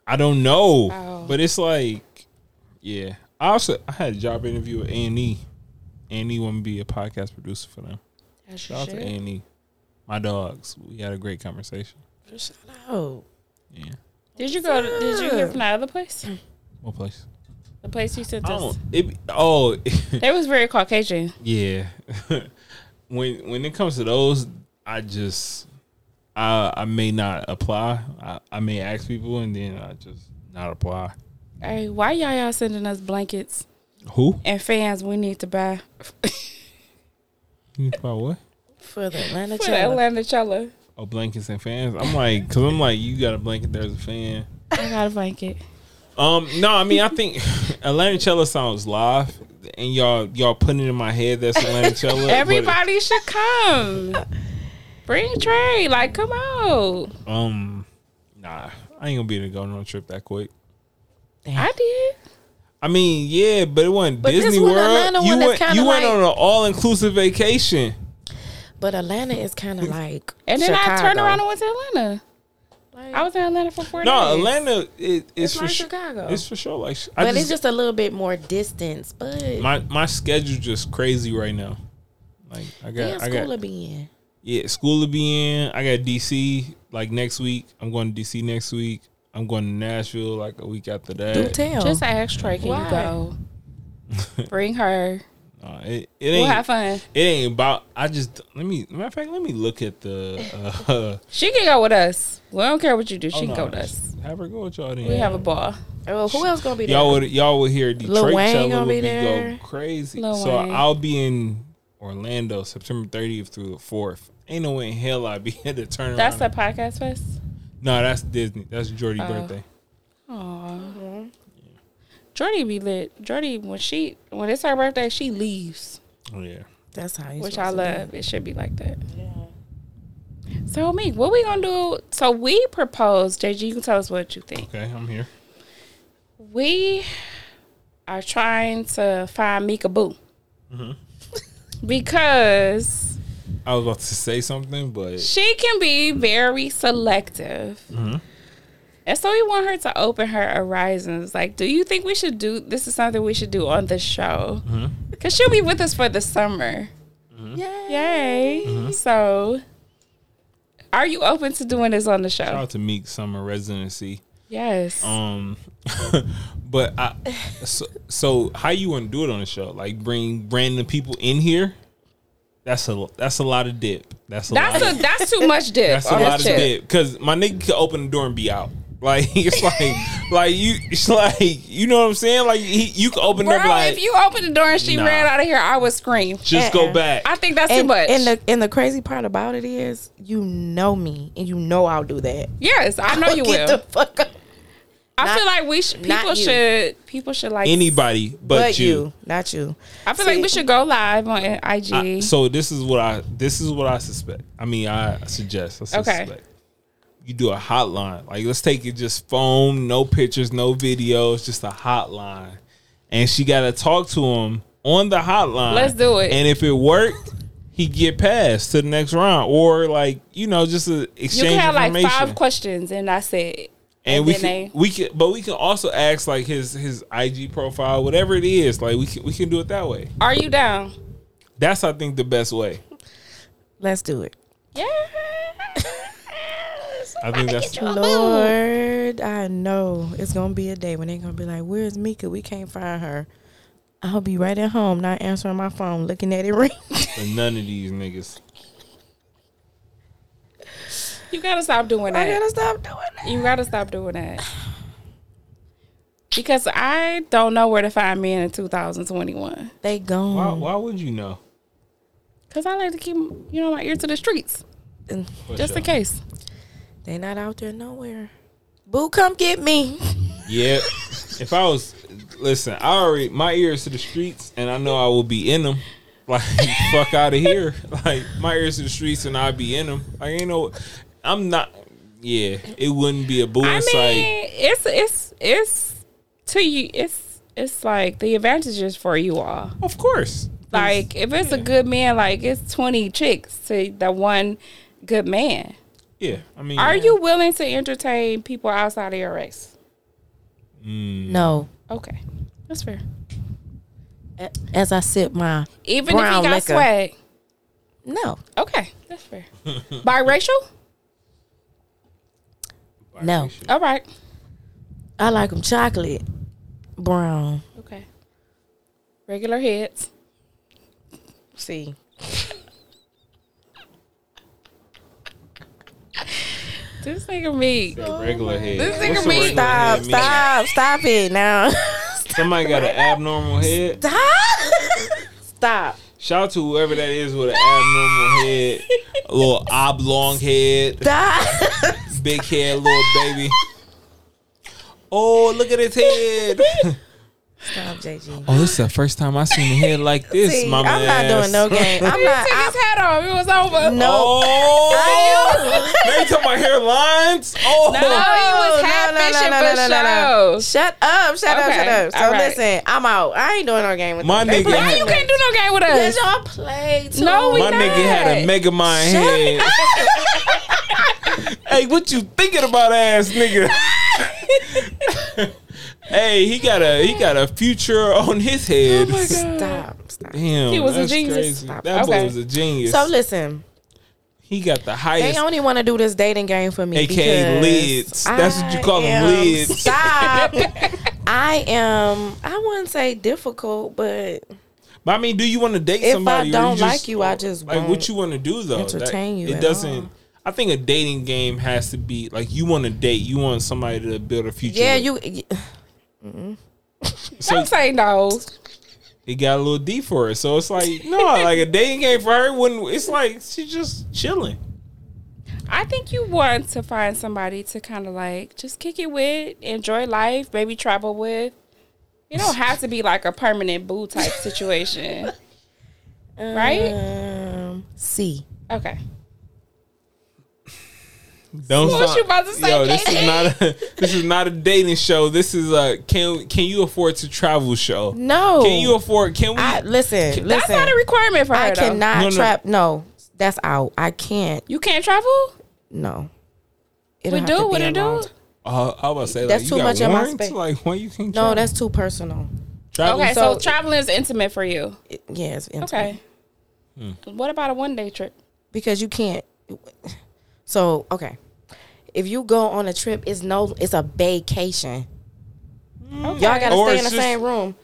B: I don't know,
C: Oh.
B: but it's like, yeah. I also I had a job interview with A and E. A and E want me to be a podcast producer for them.
D: Mm-hmm.
C: That's
B: Shout out to A and E, my dogs. We had a great conversation.
D: Damn. Shut up.
B: Yeah,
C: Did you go? To, did you hear from the other place?
B: what place?
C: The place you sent
B: Mm-hmm. I
C: us.
B: don't. It, be- oh. (laughs)
C: They was very Caucasian.
B: Yeah. (laughs) when when it comes to those, I just I I may not apply. I, I may ask people and then I just not apply.
C: Hey, why y'all y'all sending us blankets
B: Who?
C: and fans we need
B: (laughs)
C: to buy
B: You apply what?
D: For the Atlanta
C: for
D: Challenge.
C: Atlanta Chella?
B: Oh, blankets and fans. I'm like, cause I'm like, you got a blanket. There's a fan.
C: I got a blanket.
B: Um, no, I mean, I think (laughs) Atlanta Cella sounds live, and y'all y'all putting it in my head that's Atlanta Cella.
C: (laughs) Everybody should come. Bring Trey. Like, come out.
B: um, nah, I ain't gonna be able to go on a trip that quick.
C: I did.
B: I mean, yeah, but it wasn't
D: But this
B: Disney
D: one,
B: World.
D: Atlanta
B: you
D: one, it's
B: went,
D: kinda
B: you went
D: like-
B: on an all inclusive vacation.
D: But Atlanta is kind (laughs) of like.
C: And then I turned
D: Chicago.
C: around and went to Atlanta. I was in Atlanta for four days.
B: No, Atlanta it, it's,
D: It's
B: for
D: like
B: sure.
D: Chicago.
B: It's for sure. Like sh- I
D: But
B: just,
D: it's just a little bit more distance. But
B: my my schedule just crazy right now. Like I got
D: damn,
B: I
D: school will
B: got
D: be in.
B: yeah school to be in. I got DC like next week. I'm going to DC next week. I'm going to Nashville like a week after
D: Do
B: that.
D: tell.
C: Just ask Trey, can you
D: Why?
C: go?
B: (laughs)
C: Bring her.
B: Nah, it, it
C: We'll
B: ain't
C: have fun.
B: it ain't about. I just let me matter of fact let me look at the. (laughs) Uh,
C: She can go with us. We don't care what you do. She
B: oh,
C: can
B: no,
C: go with us.
B: Have her go with y'all then.
C: We have a ball.
D: oh, who else gonna be there?
B: y'all would y'all would hear Detroit
D: Wayne
B: cello
D: gonna
B: would
D: be
B: be
D: there.
B: go crazy.
C: Lil
B: so
C: Wayne.
B: I'll be in Orlando, September 30th through the 4th. Ain't no way in hell I'd be (laughs) at the turnaround.
C: That's Oh. the podcast fest.
B: no, that's Disney. That's Jordy's birthday.
C: Aww. Jordy be lit. Jordy, when she when it's her birthday, she leaves,
B: Oh yeah.
D: That's how you.
C: which I
D: supposed to do it.
C: love. It should be like that. So, me, what we gonna do? So we propose, JG. You can tell us what you think.
B: Okay, I'm here.
C: We are trying to find Mika Boo because
B: I was about to say something, but
C: she can be very selective.
B: Mm-hmm.
C: And so we want her to open her horizons. Like, do you think we should do this? Is something we should do on the show?
B: Mm-hmm.
C: Because she'll be with us for the summer. Yay.
B: Mm-hmm.
C: So, are you open to doing this on the show?
B: shout out to Meek Summer Residency.
C: Yes.
B: Um, (laughs) but I, so, so how you want to do it on the show? Like bring random people in here? That's a that's a lot of dip. That's a
C: that's
B: lot.
C: a,
B: of,
C: that's too much dip.
B: that's a
C: on
B: lot of
C: this ship.
B: dip. Because my nigga could open the door and be out. Like (laughs) it's like like you it's like you know what I'm saying? Like he, you could open
C: Bro,
B: up like
C: if you open the door and she
B: Nah.
C: ran out of here, I would scream.
B: just
D: Uh-uh.
B: go back.
C: I think that's too
D: And,
C: much.
D: and the and the crazy part about it is, you know me, and you know I'll do that.
C: yes, I know you
D: Get
C: will.
D: the fuck up.
C: I
D: not-
C: feel like we sh-
D: not
C: people
D: you.
C: should people should like
B: Anybody but,
D: But, you.
B: you.
D: not you.
C: I feel like we
D: See-
C: should go live on IG.
B: I- so this is what I this is what I suspect. I mean, I suggest. I
C: Okay.
B: suspect. You do a hotline. Like let's take it just phone, no pictures, no videos, just a hotline. And she got to talk to him on the hotline.
C: Let's do it.
B: And if it worked, he get passed to the next round or like, you know, just a
C: you
B: exchange
C: can have like
B: information.
C: five questions, and that's it.
B: and we
C: then
B: can,
C: they-
B: we can but we can also ask like his his IG profile, whatever it is. Like we can we can do it that way.
C: Are you down?
B: That's I think the best way.
D: Let's do it.
B: (laughs)
C: Yeah.
B: I think that's
D: Oh, Lord, I know it's gonna be a day when they're gonna be like, "Where's Mika? We can't find her." I'll be right at home, not answering my phone, looking at it (laughs) ring.
B: for none of these niggas.
C: You gotta stop doing
D: I
C: that.
D: gotta stop doing that.
C: You gotta stop doing that. Because I don't know where to find men in 2021.
D: They
C: Mm.
D: gone.
B: Why, why would you know?
C: Because I like to keep, you know, my ear to the streets.
D: And
B: For
C: Just
B: sure.
C: in case.
D: They not out there nowhere. Boo, come get me.
B: Yeah. if I was, listen, I already my ears to the streets, and I know I will be in them. Like (laughs) fuck out of here. Like my ears to the streets, and I be in them. Like ain't no, I'm not. Yeah, it wouldn't be a boo
C: I
B: in sight.
C: mean, it's it's it's to you it's it's like the advantages for you all.
B: Of course.
C: Like if it's a good man, like it's twenty chicks to the one good man.
B: Yeah. I mean,
C: Are you willing to entertain people outside of your race?
D: No.
C: Okay, that's fair.
D: A- As I sip my
C: Even
D: Brown
C: if you got
D: liquor.
C: swag,
D: no,
C: okay, that's
D: (laughs)
C: fair. Biracial,
D: no.
C: all right,
D: I like them chocolate brown.
C: okay. Regular heads.
D: See,
C: This nigga me.
B: regular head?
C: This nigga
B: What's a
C: mean-
B: regular
D: stop,
B: head mean?
D: stop, stop it now. (laughs)
B: Somebody got an abnormal head.
D: stop. stop.
B: Shout out to whoever that is with an abnormal head, a little oblong head,
D: Stop.
B: big head, little baby. Oh, look at his head.
D: Stop, JG.
B: (laughs) Oh, this is the first time I seen a head like this,
D: See,
B: mama.
D: I'm not doing no game.
B: (laughs)
D: I'm
C: He
D: not.
C: took his
D: I,
C: hat off. It was over.
D: no.
B: Oh, now you talking about hair lines? Oh,
C: was half fishing for show.
D: Shut up! Shut up!
C: Okay,
D: Shut up! So
C: all right.
D: listen, I'm out. I ain't doing no game with
B: my
D: you. They
B: nigga,
D: play-
C: Why you
B: had,
C: can't do no game with us?
D: Cause y'all play too.
C: No, we
B: my
C: not.
B: nigga had a mega mind
D: Shut
B: head. hey, what you thinking about, ass nigga? (laughs)
C: (laughs)
B: hey, he got a he got a future on his
D: Oh
B: head.
D: Stop! Stop.
B: Damn,
C: He was a
B: that's
C: genius.
B: crazy.
D: Stop.
B: That boy
C: Okay.
B: was a genius.
D: So listen,
B: he got the
D: they
B: highest,
D: only want to do this dating game for me,
B: aka
D: because
B: lids. That's what you call
D: I
B: them,
D: am-
B: lids.
C: (laughs)
D: Stop! I am. I wouldn't say difficult, but
B: But I mean, do you want to date
D: If
B: somebody?
D: I
B: or
D: don't
B: you just- Oh,
D: like you, I just
B: like
D: won't
B: what you want to do though. That-
D: entertain you
B: It
D: at
B: doesn't.
D: all.
B: I think a dating game has to be like you want to date. You want somebody to build a future.
D: yeah,
B: with.
D: you.
B: So
C: Don't say no.
B: it got a little deep for her. So it's like,
D: (laughs)
B: no, like a dating game for her wouldn't. It's like she's just chilling.
C: I think you want to find somebody to kind of like just kick it with, enjoy life, maybe travel with. You don't have to be like a permanent boo
D: (laughs)
C: type situation.
D: Uh,
C: right?
D: Um, C.
C: Okay.
B: Don't
C: What you about to say,
B: Yo, this
C: Katie?
B: is not a this is not a dating show. This is a can can you afford to travel show?
D: No.
B: Can you afford? Can we?
D: I listen.
C: That's
D: listen.
C: not a requirement for her.
D: I
C: though.
D: cannot
B: No, no.
D: trap. No, that's out. I can't.
C: You can't travel?
D: No.
C: We
D: It'll have to
C: do
D: be
C: what
D: a
C: it do.
D: long-
B: uh, I was about to say
D: That's
B: like,
D: too
B: you got
D: much in my
B: warrants?
D: space.
B: Like why you can
D: No, that's too personal.
B: travel?
C: Okay, so,
D: So-
C: traveling is intimate for you.
D: It, yeah, it's Hmm. intimate.
C: Okay. What about a one day trip?
D: because you can't. So okay, if you go on a trip, it's no, it's a vacation. Y'all gotta
B: Or
D: stay in
B: it's
D: the
B: just-
D: same room.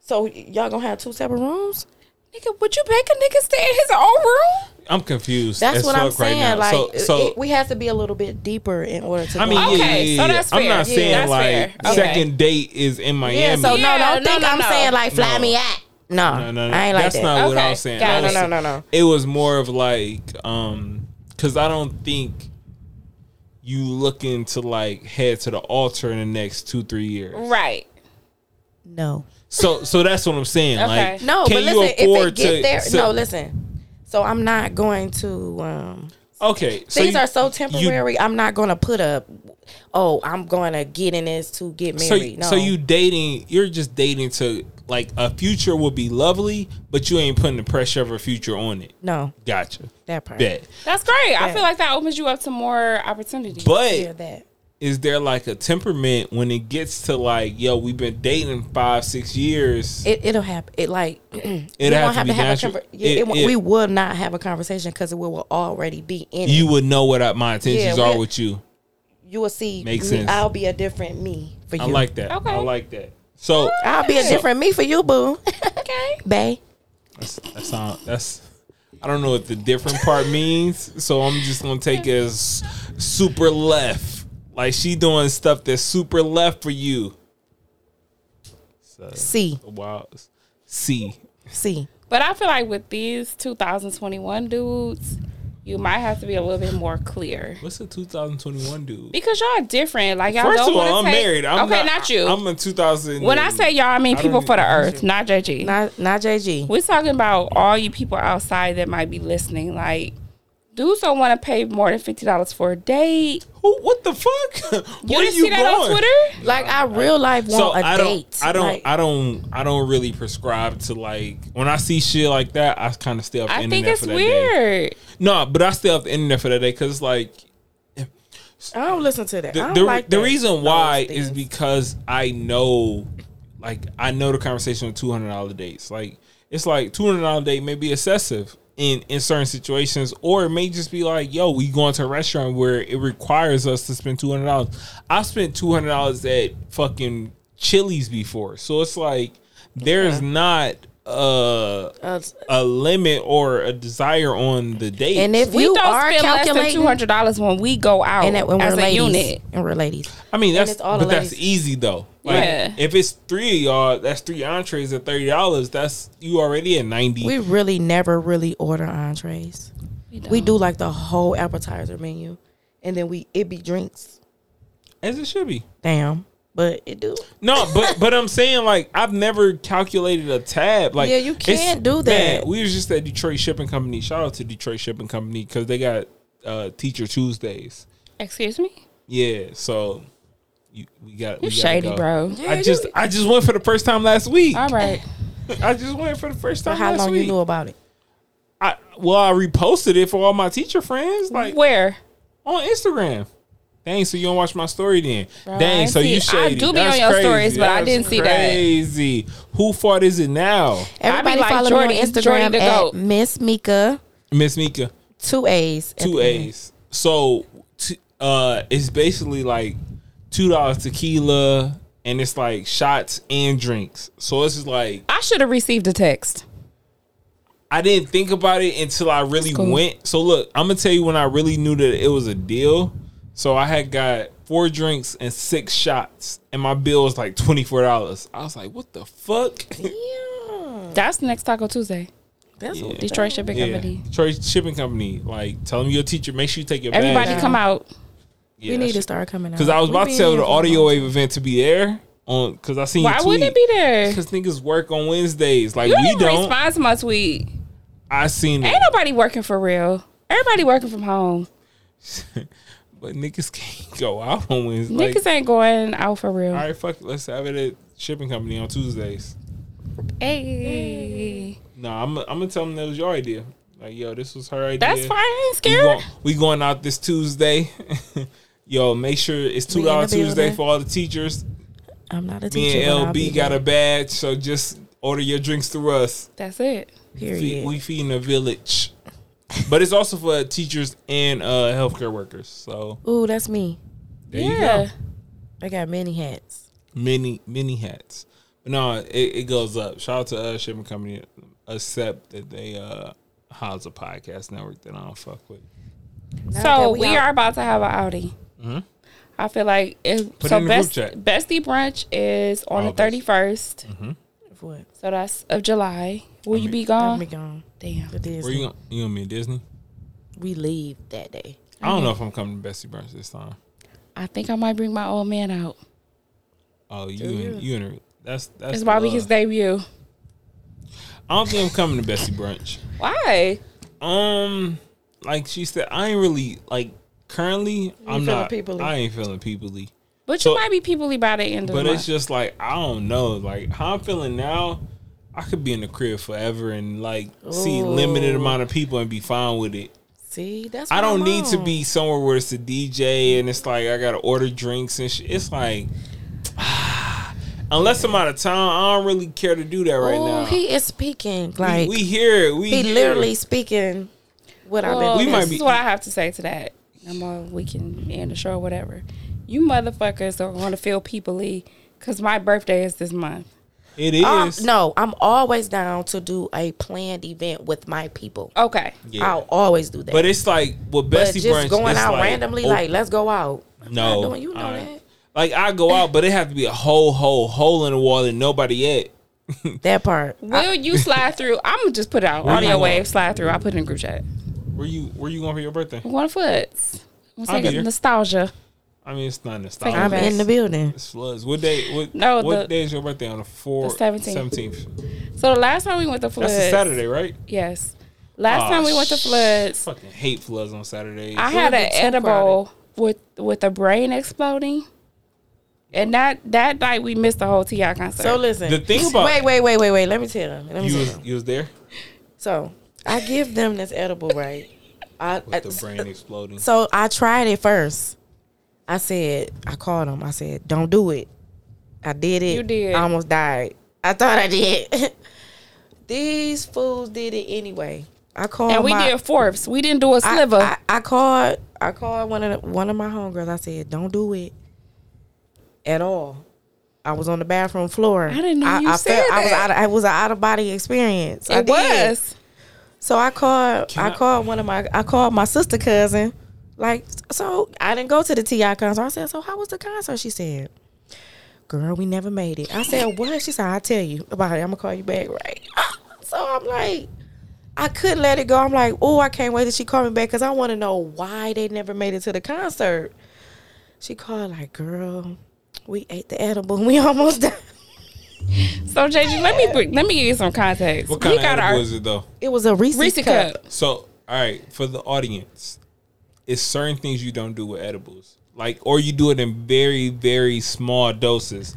D: So y'all gonna have two separate rooms?
C: Nigga, would you make a nigga stay in his own room?
B: I'm confused.
D: That's
B: as
D: what I'm
B: fuck right
D: saying.
B: now.
D: like
B: so, so
D: it- we have to be a little bit deeper in order to.
B: I mean,
D: go.
B: yeah,
C: Okay,
B: yeah,
C: so
B: yeah,
C: that's
B: I'm
C: fair.
B: not saying
C: Yeah, that's
B: like
C: fair. Okay.
B: second date is in Miami.
D: Oh, yeah.
C: Yeah,
D: So no, don't
C: no,
D: think
C: no,
D: I'm
C: no.
D: saying like fly
B: No.
D: me out. No,
B: No, no, no.
D: I ain't like
B: That's
D: that.
B: not what I
C: Okay.
B: was saying.
C: Got
B: I
C: it.
B: was-
D: No, no, no, no.
B: It was more of like, um, because I don't think you looking to like head to the altar in the next two three years.
C: Right.
D: no.
B: So, so that's what I'm saying.
C: Okay.
B: Like,
D: No,
B: can
D: but
B: you
D: listen, if
B: afford
D: it get
B: to?
D: there,
B: so-
D: no, listen. So I'm not going to. um
B: Okay, so
D: Things
B: you-
D: are so
B: you-
D: temporary. I'm not going to put a. Oh, I'm going to get in this to get
B: so,
D: married. no.
B: so you dating? You're just dating to like a future would be lovely, but you ain't putting the pressure of a future on it.
D: no
B: Gotcha.
D: that part.
B: Bet.
C: That's great. I
D: Yeah.
C: feel like that opens you up to more opportunities.
B: But
D: Yeah, that.
B: is there like a temperament when it gets to like, yo, we've been dating five, six years?
D: It it'll happen. It like (clears throat) it
B: It'd have to be natural.
D: yeah,
B: It-
D: it won't-
B: it-
D: we will not have a conversation because we will already be in.
B: you
D: it.
B: would know what I, my intentions
D: Yeah,
B: are
D: we-
B: with you.
D: you will see.
B: Makes
D: me,
B: sense.
D: I'll be a different me for you.
B: I like that.
C: Okay.
B: I like that. So
D: I'll be a different me for you, boo, (laughs)
C: okay.
D: bae.
B: that's, that's not that's. I don't know what the different part
C: (laughs)
B: means, so I'm just gonna take it as super left. Like she doing stuff that's super left for you. So,
D: C
B: wow. C.
D: C.
C: But I feel like with these 2021 dudes, you might have to be a little bit more clear.
B: What's a 2021 dude?
C: Because y'all are different. Like y'all
B: First
C: don't
B: of all,
C: want
B: I'm
C: to take,
B: married. I'm
C: okay, not, you.
B: I'm a 2000.
C: when I say y'all, I mean
B: I
C: people
B: don't
C: for the
B: even-
C: earth, not JG.
D: Not not JG.
C: We're talking about all you people outside that might be listening. Like, dudes don't want to pay more than fifty dollars for a date.
B: Who, what the fuck? (laughs)
C: You
B: Where
C: didn't see that on Twitter?
D: Like I real life want
B: So
D: a
B: I don't,
D: date.
B: I don't,
D: Like,
B: I don't, I don't really prescribe to like when I see shit like that. I kind of stay off the
C: I
B: internet
C: think it's
B: for that day.
C: weird.
B: No, but I stay off the internet for that day because like
D: I don't listen to that. I
B: the
D: don't
B: the,
D: like
B: the
D: that.
B: reason
D: Those
B: why
D: things.
B: is because I know, like I know the conversation of two hundred dollar dates. Like it's like two hundred dollar date may be excessive in in certain situations, or it may just be like, yo, we going to a restaurant where it requires us to spend two hundred dollars. I spent two hundred dollars at fucking Chili's before, so it's like there's not a
D: Uh,
B: a limit or a desire on the date.
D: and if
C: We
D: you
C: don't
D: are
C: spend less than two
D: calculating,
C: hundred dollars when we go out
D: and that when
C: as
D: we're
C: a
D: ladies,
C: unit.
D: and we're ladies.
B: I mean, that's
D: it's all the
B: but that's
D: ladies.
B: easy though. Like
C: Yeah.
B: if it's three of y'all, that's three entrees at thirty dollars. That's you already at ninety.
D: We really never really order entrees. We do like the whole appetizer menu, and then we it be drinks.
B: as it should be.
D: Damn, but it do.
B: No, but but I'm saying like I've never calculated a tab. Like
D: Yeah, you
B: it's-
D: can't do that.
B: Man, we was just at Detroit Shipping Company. Shout out to Detroit Shipping Company because they got uh, Teacher Tuesdays.
C: Excuse me.
B: Yeah, so you, we got
C: You're shady, bro.
B: I just I just went for the first time last week.
C: All right.
B: I just went for the first time
D: But how
B: last
D: long
B: week.
D: you knew about it?
B: I well, I reposted it for all my teacher friends. Like
C: Where?
B: on Instagram. Dang, so you don't watch my story then?
C: Bro, I
B: Dang,
C: ain't
B: so
C: see-
B: you shady.
C: I do be
B: That's
C: on your
B: crazy.
C: stories, but I
B: That's
C: didn't see that.
B: crazy. Who fought is it now,
D: Everybody
C: like
D: follow
C: Jordy-
D: me on Instagram
C: Jordy the goat.
D: at Miss Mika
B: Miss Mika?
D: two A's. at
B: Two
D: the end.
B: A's. So t- uh, it's basically like two dollars tequila, and it's like shots and drinks. So it's just like
C: I should have received a text.
B: I didn't think about it until I really
C: cool.
B: went. So look, I'm gonna tell you when I really knew that it was a deal. So I had got four drinks and six shots, and my bill was like twenty four dollars. I was like, "What the fuck?"
D: Yeah.
C: That's next Taco Tuesday.
D: That's what
C: Detroit Shipping Company.
B: Detroit Shipping Company. Like, tell them your teacher. Make sure you take your
C: Everybody
B: badge.
C: come out.
B: Yeah,
D: we need to
B: that's-
D: start coming out.
B: Cause I was
D: We
B: about to
D: been
B: tell
D: here
B: the
D: for a
B: audio
D: while.
B: wave event to be there on. Cause I seen.
C: Why wouldn't it be there?
B: Cause niggas work on Wednesdays. Like
C: You
B: we
C: didn't
B: don't.
C: respond to my tweet.
B: I seen it,
C: Ain't nobody working for real. Everybody working from home.
B: (laughs) but niggas can't go out on Wednesdays.
C: Niggas ain't going out for real.
B: All right, fuck. it, Let's have it at shipping company on Tuesdays.
C: Hey.
B: No, I'm. I'm gonna tell them that was your idea. Like, yo, this was her idea.
C: That's fine. I ain't
B: We,
C: scared.
B: gon- we going out this Tuesday. (laughs) yo, make sure it's
D: We
B: two
D: in the
B: dollar Tuesday
D: building.
B: for all the teachers.
D: I'm not a
B: Me
D: teacher. but
B: and
D: I'll be
B: LB got
D: there.
B: a badge, so just order your drinks through us.
C: That's it.
B: Feed,
D: period.
B: we feed in a village, but it's also for teachers and uh, healthcare workers. So
D: Ooh, that's me.
B: there
C: yeah.
B: you go.
D: I got many hats.
B: Many many hats. But no, it, it goes up. Shout out to uh, shipping company, except that they uh, house a podcast network that I don't fuck with.
D: Now
C: So
D: that
C: we,
D: out-
C: are about to have an outing.
B: Mhm.
C: I feel like it,
B: Put it
C: so.
B: in the group
C: Best
B: chat.
C: bestie brunch is on the
B: August. Mm-hmm.
C: thirty first.
D: What?
C: So that's of July. Will you be
D: Let
C: gone?
D: me gone.
C: Damn.
D: The
B: Where
D: Disney.
B: you gonna, you gonna be at Disney?
D: Uh, we leave that day.
B: I
C: Mm-hmm.
B: don't know if I'm coming to Bestie Brunch this time.
C: I think I might bring my old man out.
B: Oh, you and you and that's that's
C: It's
B: the
C: probably
B: love.
C: his debut.
B: I don't think I'm coming to Bestie Brunch.
C: Why?
B: Um, like she said, I ain't really like currently. I'm
D: feeling
B: not.
D: peoply.
B: I ain't feeling peoply.
C: But
B: So-
C: you might be peoplely by the end of
B: But
C: the
B: it's
C: month.
B: just like I don't know. Like how I'm feeling now, I could be in the crib forever and like see limited
D: Ooh.
B: amount of people and be fine with it.
D: See, that's
B: I
D: what
B: don't
D: I'm
B: need to
D: on.
B: be somewhere where it's a DJ and it's like I gotta order drinks and shit. It's like. (sighs) Unless I'm out of town, I don't really care to do that right
D: Ooh,
B: now.
D: he is speaking like
B: we, we hear it. We
D: he
B: hear it.
D: literally speaking what I've
B: we
C: we
D: been.
B: might
C: this
B: be-
C: is what I have to say to that. I'm on, we can end the show or whatever. You motherfuckers are going to feel peoplely because my birthday is this month.
B: It is.
D: Um, no, I'm always down to do a planned event with my people.
C: Okay.
B: Yeah.
D: I'll always do that.
B: But it's like with
D: But
B: Bestie
D: just
B: Brunch,
D: going
B: it's
D: out
B: like,
D: randomly,
B: oh,
D: like let's go out.
B: no,
D: doing- you know
B: I-
D: that.
B: Like I go out, but it have to be a whole, whole hole in the wall and nobody at.
D: (laughs) That part.
C: Will you slide through? (laughs) I'm going to just put it out.
B: Where you
C: Audio
B: going?
C: wave, slide through. I put it in group chat.
B: Where you, where you going for your birthday?
C: I'm going to Foots. I'm
B: I'll
C: going
B: be
C: to
B: there.
C: nostalgia.
B: I mean, it's not
C: Take
D: I'm
C: it
B: nostalgia.
C: back.
D: in the building.
B: It's floods. What day? What,
C: No,
B: what
C: the-
B: day is your birthday on the fourth,
C: the 17th.
B: seventeenth?
C: So the last time we went to Floods.
B: That's a Saturday, right?
C: Yes. Last
B: Aw,
C: time we went to
B: sh-
C: Floods,
B: Fucking hate floods on Saturdays.
C: I had
D: It'll
C: an
D: be too
C: edible with with a brain exploding, and that that night we missed the whole Ti concert.
D: So listen.
B: The thing about-
D: wait, wait, wait, wait, wait. Let me tell them. Let me
B: you
D: tell
B: was,
D: them.
B: you was there
D: So I give them this edible, right? I,
B: (laughs) with
D: I-
B: the
C: (laughs)
B: brain exploding.
D: So I tried it first. I said, I called him. I said, don't do it. I did it.
C: You did.
D: I almost died. I thought I did. (laughs) These fools did it anyway. I called.
C: and we
D: oh my-
C: did fourths. We didn't do a
D: I,
C: sliver.
D: I, I called. I called one of the, one of my homegirls. I said, "Don't do it at all." I was on the bathroom floor. I
C: didn't know you
D: I
C: said
D: I was
C: that.
D: out. Of, it was an out of body experience. I
C: it
D: did.
C: was.
D: So I called.
B: Can
D: I,
B: I-
D: called one of my. I called my sister cousin. Like so, I didn't go to the Ti concert. I said, "So how was the concert?" She said, "Girl, we never made it." I said, "What?" She said, "I'll tell you about it. I'm gonna call you back." Right. (laughs) So I'm like, I couldn't let it go. I'm like, "Oh, I can't wait that she called me back because I want to know why they never made it to the concert." She called like, "Girl, we ate the edible. (laughs) and We almost died."
C: So JG, let me bring, let me give you some context.
B: what kind
C: we
B: of
C: got
B: edible
C: our
B: was it though?
D: It was a Reese's,
C: Reese
D: cup.
C: cup.
B: So, all right, for the audience, it's certain things you don't do with edibles, like or you do it in very, very small doses.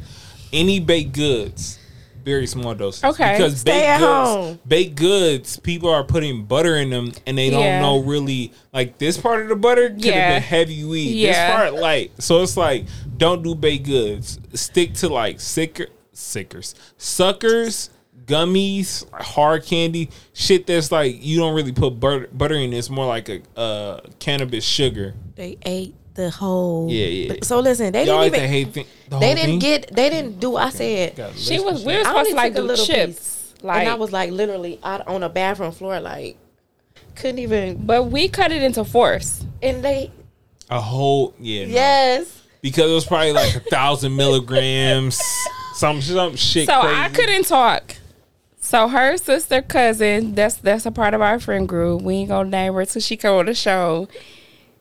B: Any baked goods, very small doses.
C: Okay.
B: because
D: Stay
B: baked
D: at
B: goods,
D: home.
B: baked goods, people are putting butter in them, and they don't
C: Yeah.
B: know really like this part of the butter could
C: Yeah.
B: have been heavy weed.
C: Yeah.
B: This part light, so it's like don't do baked goods. Stick to like sicker, sickers, suckers, gummies, hard candy, shit that's like you don't really put butter, butter in. It's more like a uh, cannabis sugar.
D: They ate the whole.
B: Yeah, yeah.
D: But- So listen, they
B: Y'all
D: didn't
B: ate
D: even.
B: the hate thing. The
D: They
B: whole
D: didn't
B: thing?
D: get. They didn't do. I said.
B: Got
C: She
B: lips and
C: was. We
B: shit.
C: were
D: I
C: supposed
D: only
C: to like
D: took a
C: do
D: little
C: chips.
D: piece.
C: Like,
D: and I was like literally out on a bathroom floor, like couldn't even.
C: but we cut it into fourths.
D: And they
B: a whole yeah no.
D: yes,
B: because it was probably like a thousand milligrams. Some some shit.
C: So
B: crazy.
C: I couldn't talk. So her sister cousin, that's that's a part of our friend group. We ain't gonna name her till she come on the show.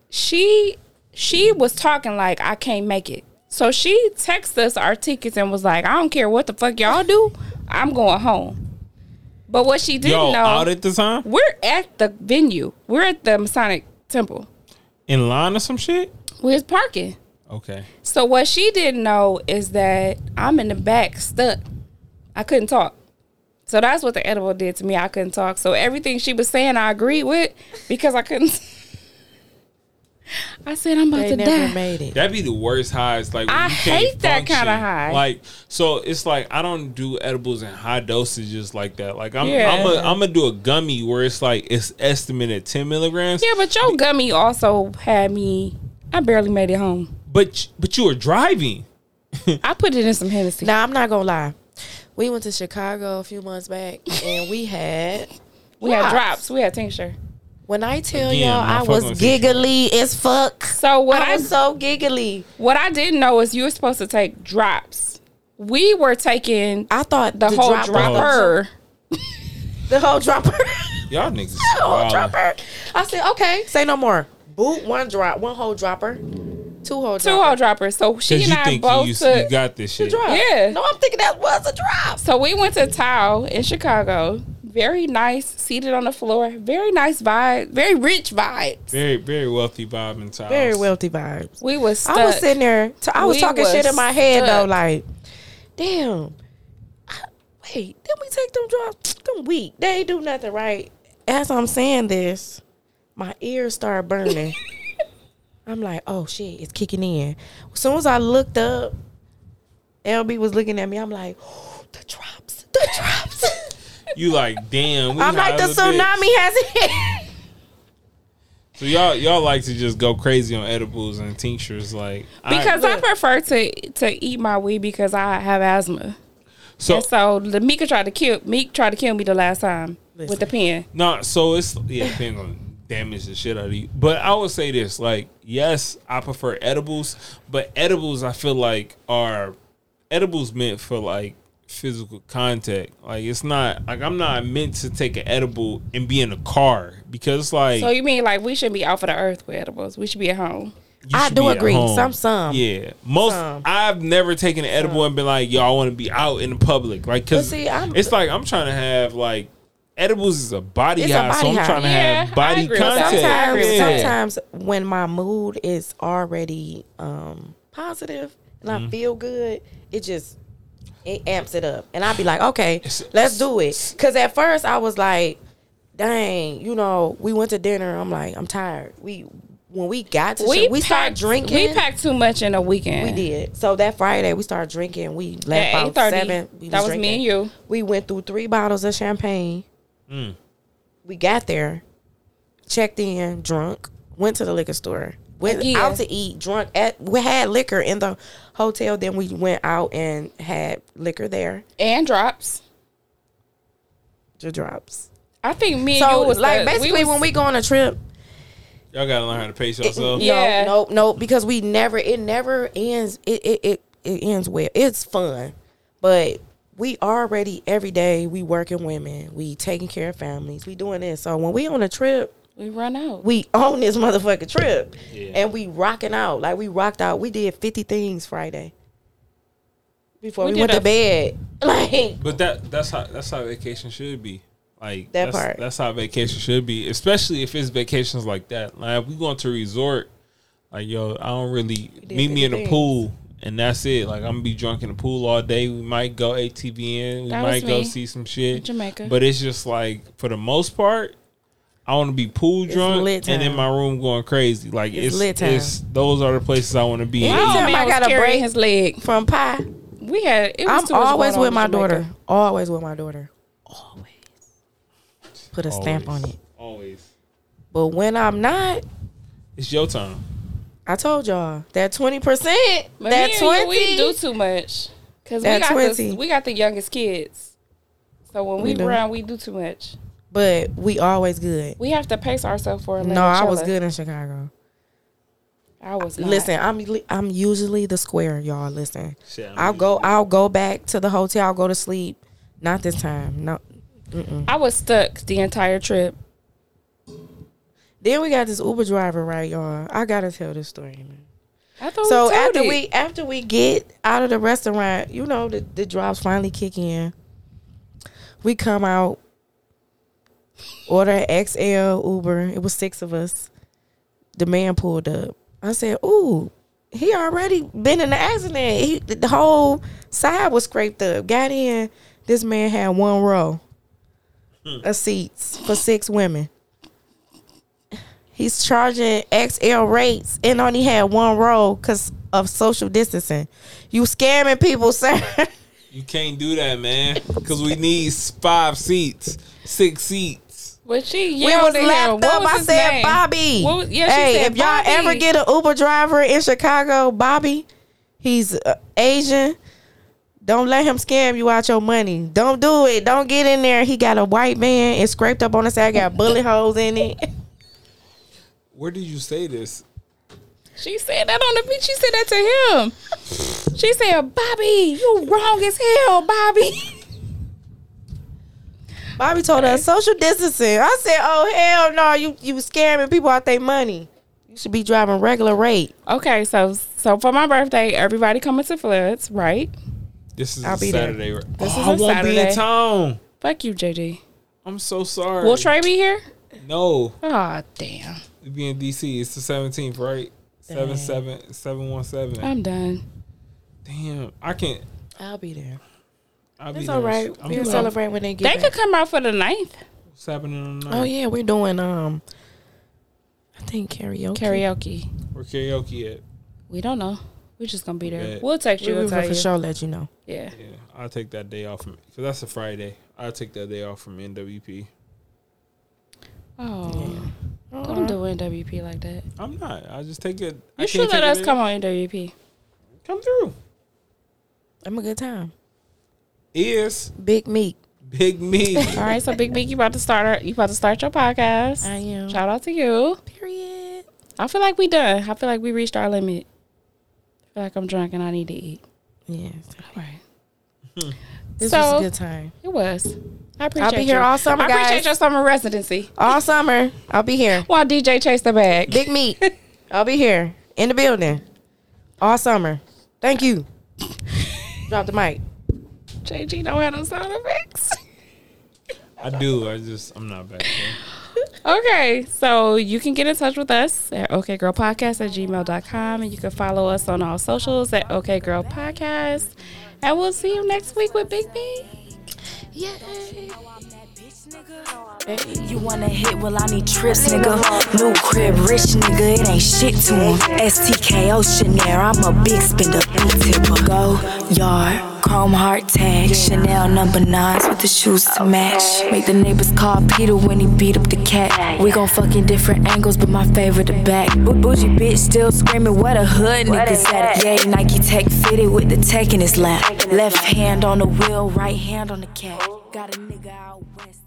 C: She she was talking like I can't make it. So she texted us our tickets and was like, I don't care what the fuck y'all do, I'm going home. But what she didn't
B: Yo,
C: know
B: out at the time
C: we're at the venue. We're at the Masonic Temple.
B: in line or some shit.
C: We're parking.
B: Okay.
C: So what she didn't know is that I'm in the back stuck. I couldn't talk. So that's what the edible did to me. I couldn't talk. So everything she was saying, I agreed with because I couldn't. (laughs) I said I'm about
D: They
C: to
D: never
C: die.
D: made it.
B: That'd be the worst highs. Like when
C: I
B: you can't
C: hate that
B: function.
C: kinda high.
B: Like so, it's like I don't do edibles in high dosages like that. Like I'm,
C: Yeah.
B: I'm, a, I'm gonna do a gummy where it's like it's estimated ten milligrams.
C: yeah, but your gummy also had me. I barely made it home.
B: But but you were driving.
C: I put it in some Hennessy.
D: Now I'm not gonna lie. We went to Chicago a few months back, and we had
C: we had
D: drops.
C: drops. We had tincture.
D: When I tell
B: Again,
D: y'all,
B: my
D: I
B: fuck
D: was
B: with you.
D: giggly as fuck.
C: So what
D: I
C: I
D: was so giggly.
C: what I didn't know is you were supposed to take drops. We were taking
D: I thought
C: the whole
D: drop-
C: dropper.
D: (laughs) the whole dropper, (laughs)
B: Y'all niggas.
D: the whole
B: wildin'.
D: dropper. I said, okay, say no more. Boot one drop, one whole dropper, two whole
C: two
D: dropper.
C: whole droppers. So she
B: Cause
C: and
B: Oh. you
C: I
B: think
C: both
B: you,
C: took.
B: you got this shit.
D: drop.
C: Yeah.
D: No, I'm thinking that was a drop.
C: so we went to Tao in Chicago. Very nice, seated on the floor. Very nice vibe. Very rich vibe.
B: Very very wealthy vibe and tiles.
D: Very wealthy vibes.
C: We was stuck.
D: I was sitting there. T- I was
C: We
D: talking
C: was
D: shit in my head
C: stuck.
D: though, like, damn. I- Wait, did we take them drops? Them weak. They ain't do nothing right. As I'm saying this, my ears
C: (laughs)
D: start burning. I'm like, oh shit, it's kicking in. As soon as I looked up, LB was looking at me. I'm like, (gasps) the drops, the
C: (laughs)
D: drops.
B: You like damn. We
D: I'm like,
B: high
D: the
B: as a bitch.
D: tsunami has hit.
B: So y'all y'all like to just go crazy on edibles and tinctures like I-
C: because I, prefer to to eat my weed because I have asthma.
B: so
C: and so the Mika tried to kill Meek tried to kill me the last time with the pen.
B: No, so it's yeah, things gonna damage the shit out of you. But I would say this, like, yes, I prefer edibles, but edibles I feel like are edibles meant for like physical contact. Like it's not like I'm not meant to take an edible and be in a car because like
C: So you mean like we shouldn't be out for the earth with edibles? We should be at home.
B: you
D: I
B: should
D: do
B: be at
D: agree.
B: home.
D: Some- some.
B: Yeah. Most
D: Some.
B: I've never taken an edible and been like, yo, I want to be out in the public. Like cuz
D: But see, I'm-
B: it's like I'm trying to have like edibles is a body
D: It's a
B: high, so
D: body
B: I'm
D: high.
B: trying to
C: Yeah,
B: have body
C: I agree with that.
B: contact.
D: sometimes,
B: Yeah.
D: sometimes when my mood is already um, positive and I feel good, it just it amps it up, and I'd be like, okay, let's do it. Because at first I was like, dang, you know, we went to dinner. I'm like, I'm tired. We when we got to we, we started drinking.
C: We packed too much in a weekend.
D: We did. So that Friday we started drinking. We left
C: At
D: about
C: 8:30,
D: seven. We
C: that was me
D: drinking.
C: and you. Mm.
D: We went through three bottles of champagne. We got there, checked in, drunk, went to the liquor store, went
C: Again.
D: out to eat, drunk. At we had liquor in the hotel. Then we went out and had liquor there.
C: and drops.
D: The drops.
C: I think me and
D: So
C: you was
D: like
C: the-
D: basically
C: was-
D: when we go on a trip,
B: Y'all gotta learn how to pace (laughs) yourself.
C: Yeah.
D: No, no, no, because we never it never ends it it, it it ends well. It's fun. But we already every day we working women. We taking care of families. We doing this. So when we on a trip,
C: we run out.
D: we on this motherfucking trip.
B: Yeah.
D: And we rocking out. Like we rocked out. We did 50 things Friday. Before
C: We
D: we,
C: did
D: went
C: a-
D: to bed. (laughs) Like
B: But that that's how that's how vacation should be. Like
D: That
B: that's,
D: part.
B: That's how vacation should be, especially if it's vacations like that. Like if we going to a resort, like yo, I don't really meet me in the
D: things.
B: pool, and that's it. Like I'm gonna be drunk in the pool all day. We might go ATVN. We
C: That was
B: might go
C: me.
B: see some shit.
C: Jamaica.
B: But it's just like for the most part. I want to be pool drunk
D: lit
B: and in
D: time.
B: my room going crazy. Like it's,
D: lit time.
B: it's those are the places I want to be. in.
D: Wow. Anytime
C: Oh, man
D: I
C: was
D: got a
C: carrying
D: break-
C: his leg.
D: from pie.
C: We had. It was
D: I'm
C: too much
D: always
C: going on
D: with
C: in
D: my
C: Jamaica.
D: daughter. Always with my daughter. Always. Put a stamp on
B: Always.
D: it.
B: Always.
D: But when I'm not,
B: It's your time.
D: I told y'all that twenty percent,
C: But
D: that
C: me and you,
D: twenty.
C: we do too much because we
D: That
C: got the,
D: 20.
C: we got the youngest kids. So when we,
D: We do.
C: run, we do too much.
D: but we always good.
C: We have to pace ourselves for. a
D: No, I was
C: Lemoncello.
D: good in Chicago.
C: I was not.
D: Listen, I'm li- I'm usually the square, y'all. Listen,
B: Shit, I'm
D: I'll go I'll go back to the hotel. I'll go to sleep. Not this time. No,
C: I was stuck the entire trip.
D: Then we got this Uber driver, right, y'all? I gotta tell this story, man.
C: I thought
D: so
C: we told
D: after
C: it.
D: we after we get out of the restaurant, you know the the drops finally kick in. We come out, order XL Uber. It was six of us. The man pulled up. I said, "Ooh, he already been in the accident. He the whole side was scraped up. Got in. This man had one row of seats for six women." He's charging XL rates and only had one row because of social distancing. You scamming people, (laughs) sir.
B: You can't do that, man. Because we need five seats, six seats.
C: But she
D: we
C: yelled
D: was
C: at him.
D: lapped
C: What
D: up.
C: was
D: I
C: his
D: said,
C: name?
D: Bobby.
C: What was- yeah, she
D: hey,
C: said
D: if y'all
C: Bobby.
D: ever get an Uber driver in Chicago, Bobby, he's uh, Asian. Don't let him scam you out your money. Don't do it. Don't get in there. He got a white man. It's scraped up on the side. Got bullet holes in it. (laughs)
B: Where did you say this?
C: She said that on the beach. She said that to him. She said, Bobby, you wrong as hell, Bobby. (laughs)
D: Bobby told us social distancing. I said, "Oh hell no! You you scamming people out their money. You should be driving regular rate."
C: okay, so so for my birthday, everybody coming to Floods, right?
B: This is
D: I'll
B: a
D: be there.
B: Saturday. This
C: is
B: oh,
C: a
B: I won't be in
C: Saturday.
B: town.
C: Fuck you, JJ.
B: I'm so sorry.
C: Will Trey be here?
B: No,
C: Oh damn.
B: we be in DC. It's the 17th, right? Seven seven seven one seven.
C: I'm done.
B: Damn, I can't.
D: I'll be there.
B: I'll be
D: It's
B: there.
D: all right.
B: I'm
D: We'll
B: glad.
D: celebrate when they get
C: They
D: back.
C: could come out for the ninth
B: What's happening on the
D: oh
B: night?
D: yeah, we're doing um, I think karaoke.
C: karaoke.
B: Where karaoke at?
C: We don't know. We're just gonna be there.
B: Yeah.
C: We'll text
D: We
C: you.
D: will
C: We'll tell
D: for
C: you.
D: sure let you know.
C: Yeah.
B: Yeah, I'll take that day off from because that's a Friday. I'll take that day off from NWP.
C: Oh, don't do NWP like that.
B: I'm not. I just take it. I
C: You should
B: can't take
C: let
B: a
C: us
B: day-
C: come on NWP.
B: come through.
D: I'm a good time.
B: Is
D: Big meat.
B: Big Me.
C: All right, so Big Big, you about to start? Our, you about to start your podcast?
D: I am.
C: Shout out to you.
D: Period.
C: I feel like we done. I feel like we reached our limit. I feel like I'm drunk and I need to eat.
D: Yes.
C: All right.
D: This
C: So-
D: was a good time.
C: It was. I appreciate
D: I'll be here
C: you.
D: all summer,
C: I appreciate
D: guys.
C: your summer residency.
D: All summer, I'll be here.
C: While DJ chased the bag.
D: Big meat. (laughs) I'll be here in the building all summer. Thank (laughs) you. Drop the mic.
C: JG don't have no sound effects. (laughs)
B: I do. I just I'm not back there.
C: Okay, so you can get in touch with us at okgirlpodcast at gmail.com and you can follow us on all socials at okgirlpodcast. And we'll see you next week with Big B.
A: You wanna hit, well, I need trips, nigga. New crib, rich nigga, it ain't shit to him. STKO Chanel, I'm a big spender, big tipper. Go yard, chrome heart tag, Chanel number nines with the shoes to match. Make the neighbors call Peter when he beat up the cat. We gon' fuck in different angles, but my favorite the back. Boo- Bougie bitch still screaming, what a hood niggas at. Yay, Nike Tech fitted with the tech in his lap. Left hand on the wheel, right hand on the cat. Got a nigga out west.